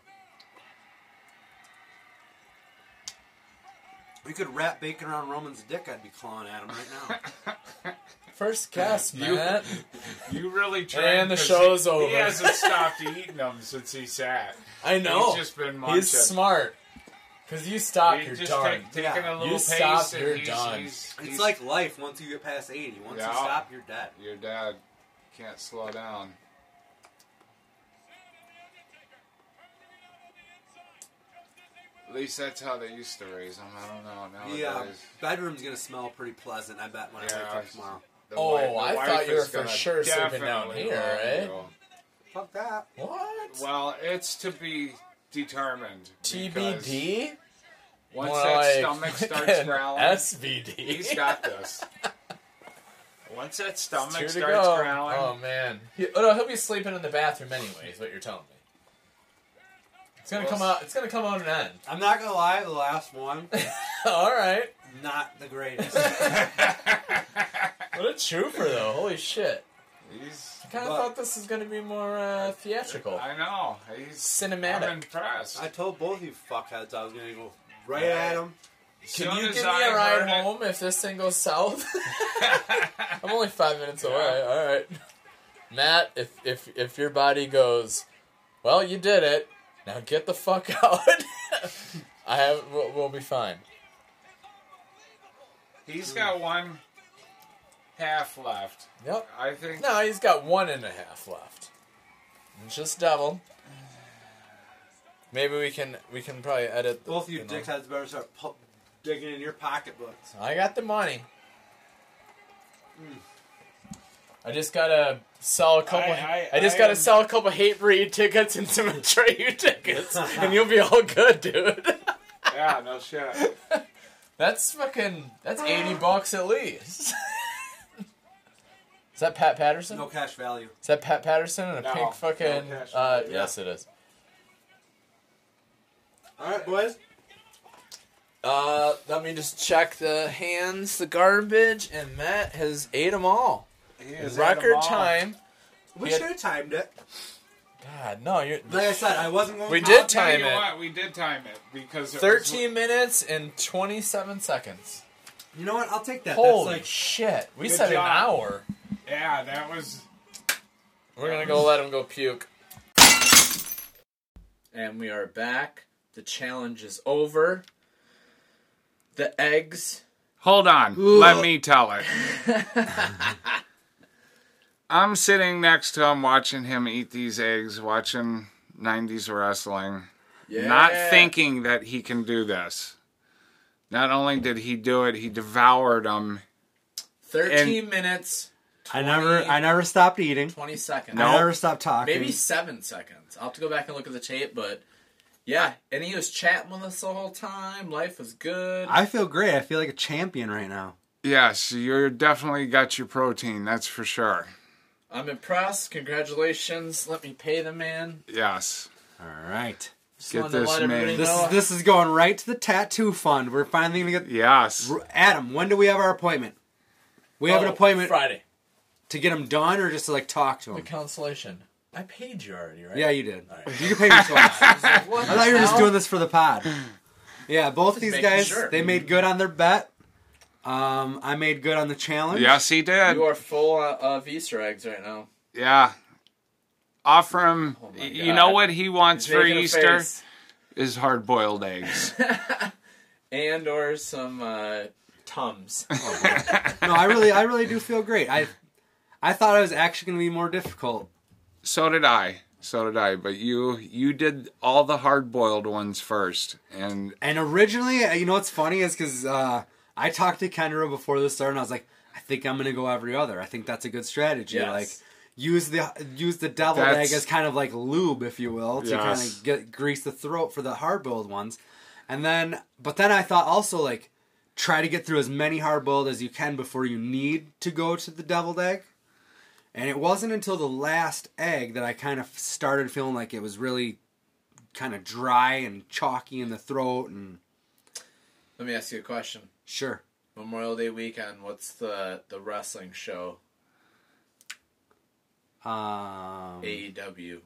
A: We could wrap bacon around Roman's dick. I'd be clawing at him right now.
B: First guess,
C: You-
B: man.
C: You really tried.
B: And the
C: 'cause
B: show's
C: he, He
B: over.
C: hasn't stopped eating them since he sat.
B: I know.
C: He's just been munching.
B: He's smart. Cause you stop,
C: He's
B: you're
C: just
B: done.
C: take- taking
A: Yeah.
C: a little
B: You
C: pace
B: stop,
C: and
B: you're
C: he's,
B: done.
C: He's,
A: It's
C: he's-
A: like life. Once you get past eighty, once
C: Yeah.
A: you stop, you're dead.
C: your dad can't slow down. At least that's how they used to raise them. I don't know nowadays.
A: The um, bedroom's gonna smell pretty pleasant. I bet when I
C: Yeah,
A: wake up
C: it's-
A: tomorrow.
C: The
B: Oh,
C: wife- the
B: I
C: wife
B: thought you
C: is
B: were for
C: gonna
B: sure sleeping down
C: definitely
B: here,
C: love
B: eh?
C: you.
A: Fuck that.
B: What?
C: Well, it's to be determined. because
B: TBD.
C: Once
B: More
C: that
B: like
C: stomach starts
B: fucking
C: growling,
B: SVD.
C: he's got this. Once that
B: It's two
C: stomach
B: to
C: starts
B: go.
C: growling,
B: Oh man, he, oh, no, he'll be sleeping in the bathroom anyway. Is what you're telling me. It's gonna come out. It's gonna come out and end.
A: I'm not gonna lie. The last one,
B: All right.
A: not the greatest.
B: What a trooper though. Holy shit.
C: he's.
B: I kind of
A: But-
B: thought this was gonna be more uh, theatrical.
C: I know. He's
B: Cinematic.
C: I'm impressed.
A: I told both you fuckheads I was gonna go right
C: Yeah.
A: at him.
B: Can
C: Soon
B: you
C: as
B: give me
C: I
B: a ride
C: heard it-
B: home if this thing goes south? I'm only five minutes away. All right, Matt. If if if your body goes, well, you did it. Now get the fuck out. I have. We'll, we'll be fine.
C: He's got one half left.
B: Yep.
C: I think.
B: No, he's got one and a half left. It's just double. Maybe we can we can probably edit. the-
A: Both you
B: you know.
A: dickheads better start pu- digging in your pocketbooks.
B: I got the money. I just gotta sell a couple. I,
G: I-
B: just
G: I
B: gotta
G: am-
B: sell a couple hate breed tickets and some betray you tickets, and you'll be all good, dude.
C: Yeah, no shit.
B: That's fucking. That's eighty bucks at least. Is that Pat Patterson?
A: No cash value.
B: Is that Pat Patterson in a
H: No,
B: pink fucking?
H: no cash.
B: uh, Yes, it is.
A: All right, boys.
B: Uh, let me just check the hands, the garbage, and Matt has ate them all.
H: He is
B: Record
H: at the mall.
B: time.
A: We
B: Yeah.
A: should have timed it.
B: God, no, you're.
A: Like I said, I wasn't going.
B: We
A: to-
B: did
H: Tell
B: time
H: you
B: it.
H: what, we did time it because it Was,
B: Thirteen minutes and twenty-seven seconds.
A: You know what? I'll take that.
B: Holy
A: That's like
B: shit! We
H: Good
B: said an
H: job.
B: hour.
H: yeah, that was.
B: We're gonna go let him go puke.
I: And we are back. The challenge is over. The eggs.
C: Hold on. Let me tell it. I'm sitting next to him watching him eat these eggs, watching 90s wrestling, not thinking that he can do this. Not only did he do it, he devoured them.
I: 13 minutes,
A: I never, I never stopped eating.
I: 20 seconds.
A: I never stopped talking.
I: Maybe seven seconds. I'll have to go back and look at the tape, but yeah. And he was chatting with us the whole time. Life was good.
A: I feel great. I feel like a champion right now.
C: Yes, you're definitely got your protein, that's for sure.
I: I'm impressed. Congratulations. Let me pay the man.
C: Yes.
A: All right.
I: Just
C: Get
I: wanted to
C: this
I: let everybody
C: man.
A: This
I: know.
A: is this is going right to the tattoo fund. We're finally gonna get.
C: Yes.
A: Adam, when do we have our appointment? We have an
B: Oh,
A: appointment
B: Friday.
A: to get him done, or just to like talk to
B: The
A: him.
B: consolation. I paid you already, right?
A: Yeah, you did.
B: All right.
A: You can pay me twice.
B: I was like, what
A: I thought you were just doing this for the pod. Yeah, both these
I: making
A: guys
I: sure.
A: they made good on their bet. Um, I made good on the challenge.
C: Yes, he did.
I: You are full uh, of Easter eggs right now.
C: Yeah. Offer him,
A: Oh
I: my
C: you
I: God.
C: know what he wants for
I: Making a
C: Easter?
I: face.
C: Is hard boiled eggs.
I: and or some uh, tums.
A: Oh, No, I really, I really do feel great. I, I thought it was actually going to be more difficult.
C: so did I. So did I. But you you did all the hard boiled ones first. And
A: And originally, uh, you know what's funny is because uh, I talked to Kendra before this started, and I was like, I think I'm going to go every other. I think that's a good strategy.
I: Yes.
A: Like use the use the deviled
C: That's-
A: egg as kind of like lube, if you will, to kind
C: Yes.
A: of get grease the throat for the hard boiled ones. And then, but then I thought also like try to get through as many hard boiled as you can before you need to go to the deviled egg. And it wasn't until the last egg that I kind of started feeling like it was really kind of dry and chalky in the throat and
I: Let me ask you a question.
A: sure.
I: Memorial Day weekend, what's the, the wrestling show?
A: Um,
I: E AEW.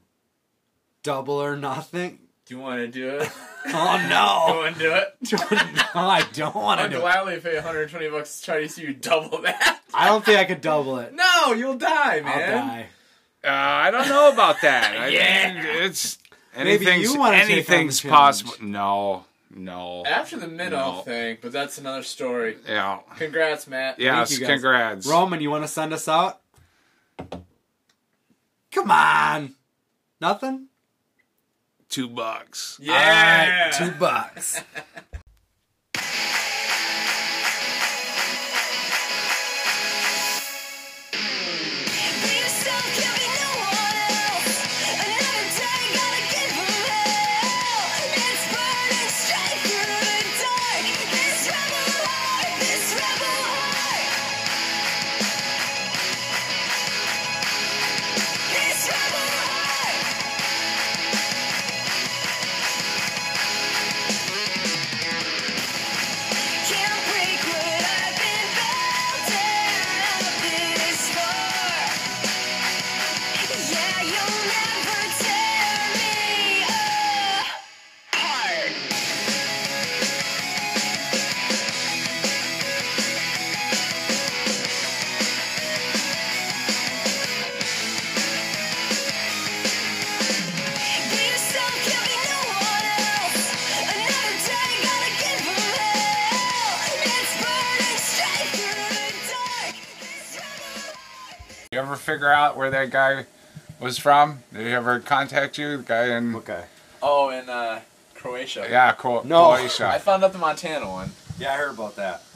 A: double or nothing.
I: Do you want to do it?
A: Oh no!
I: Go and do it.
A: no, I don't want to
I: I'd
A: do it.
I: gladly pay 120 bucks to try to see you double that.
A: I don't think I could double it.
I: No, you'll die,
A: I'll
I: man.
A: die.
C: uh, I don't know about that. I
I: Yeah.
C: mean, it's
A: Maybe you
C: anything's,
A: wanna take on the
C: anything's
A: challenge. Eh?
C: possible. No. No.
I: After the mid off
C: No.
I: thing, but that's another story.
C: Yeah.
I: Congrats, Matt.
C: Yes,
A: you, guys.
C: congrats.
A: Roman, you want to send us out? Come on. Nothing?
C: Two bucks.
I: Yeah.
A: All right, two bucks.
J: Can't break what I've been bound down this far. Yeah, you'll never tear me apart. Be yourself, can't be no one else. Another day, gotta give 'em hell. It's burning straight through the dark. This rebel heart.
C: You ever figure out where that guy was from? Did he ever contact you? The guy in
A: Okay.
B: Oh, in uh, Croatia.
C: yeah, Cro-
A: No.
C: Croatia.
B: I found out the Montana one.
A: Yeah, I heard about that.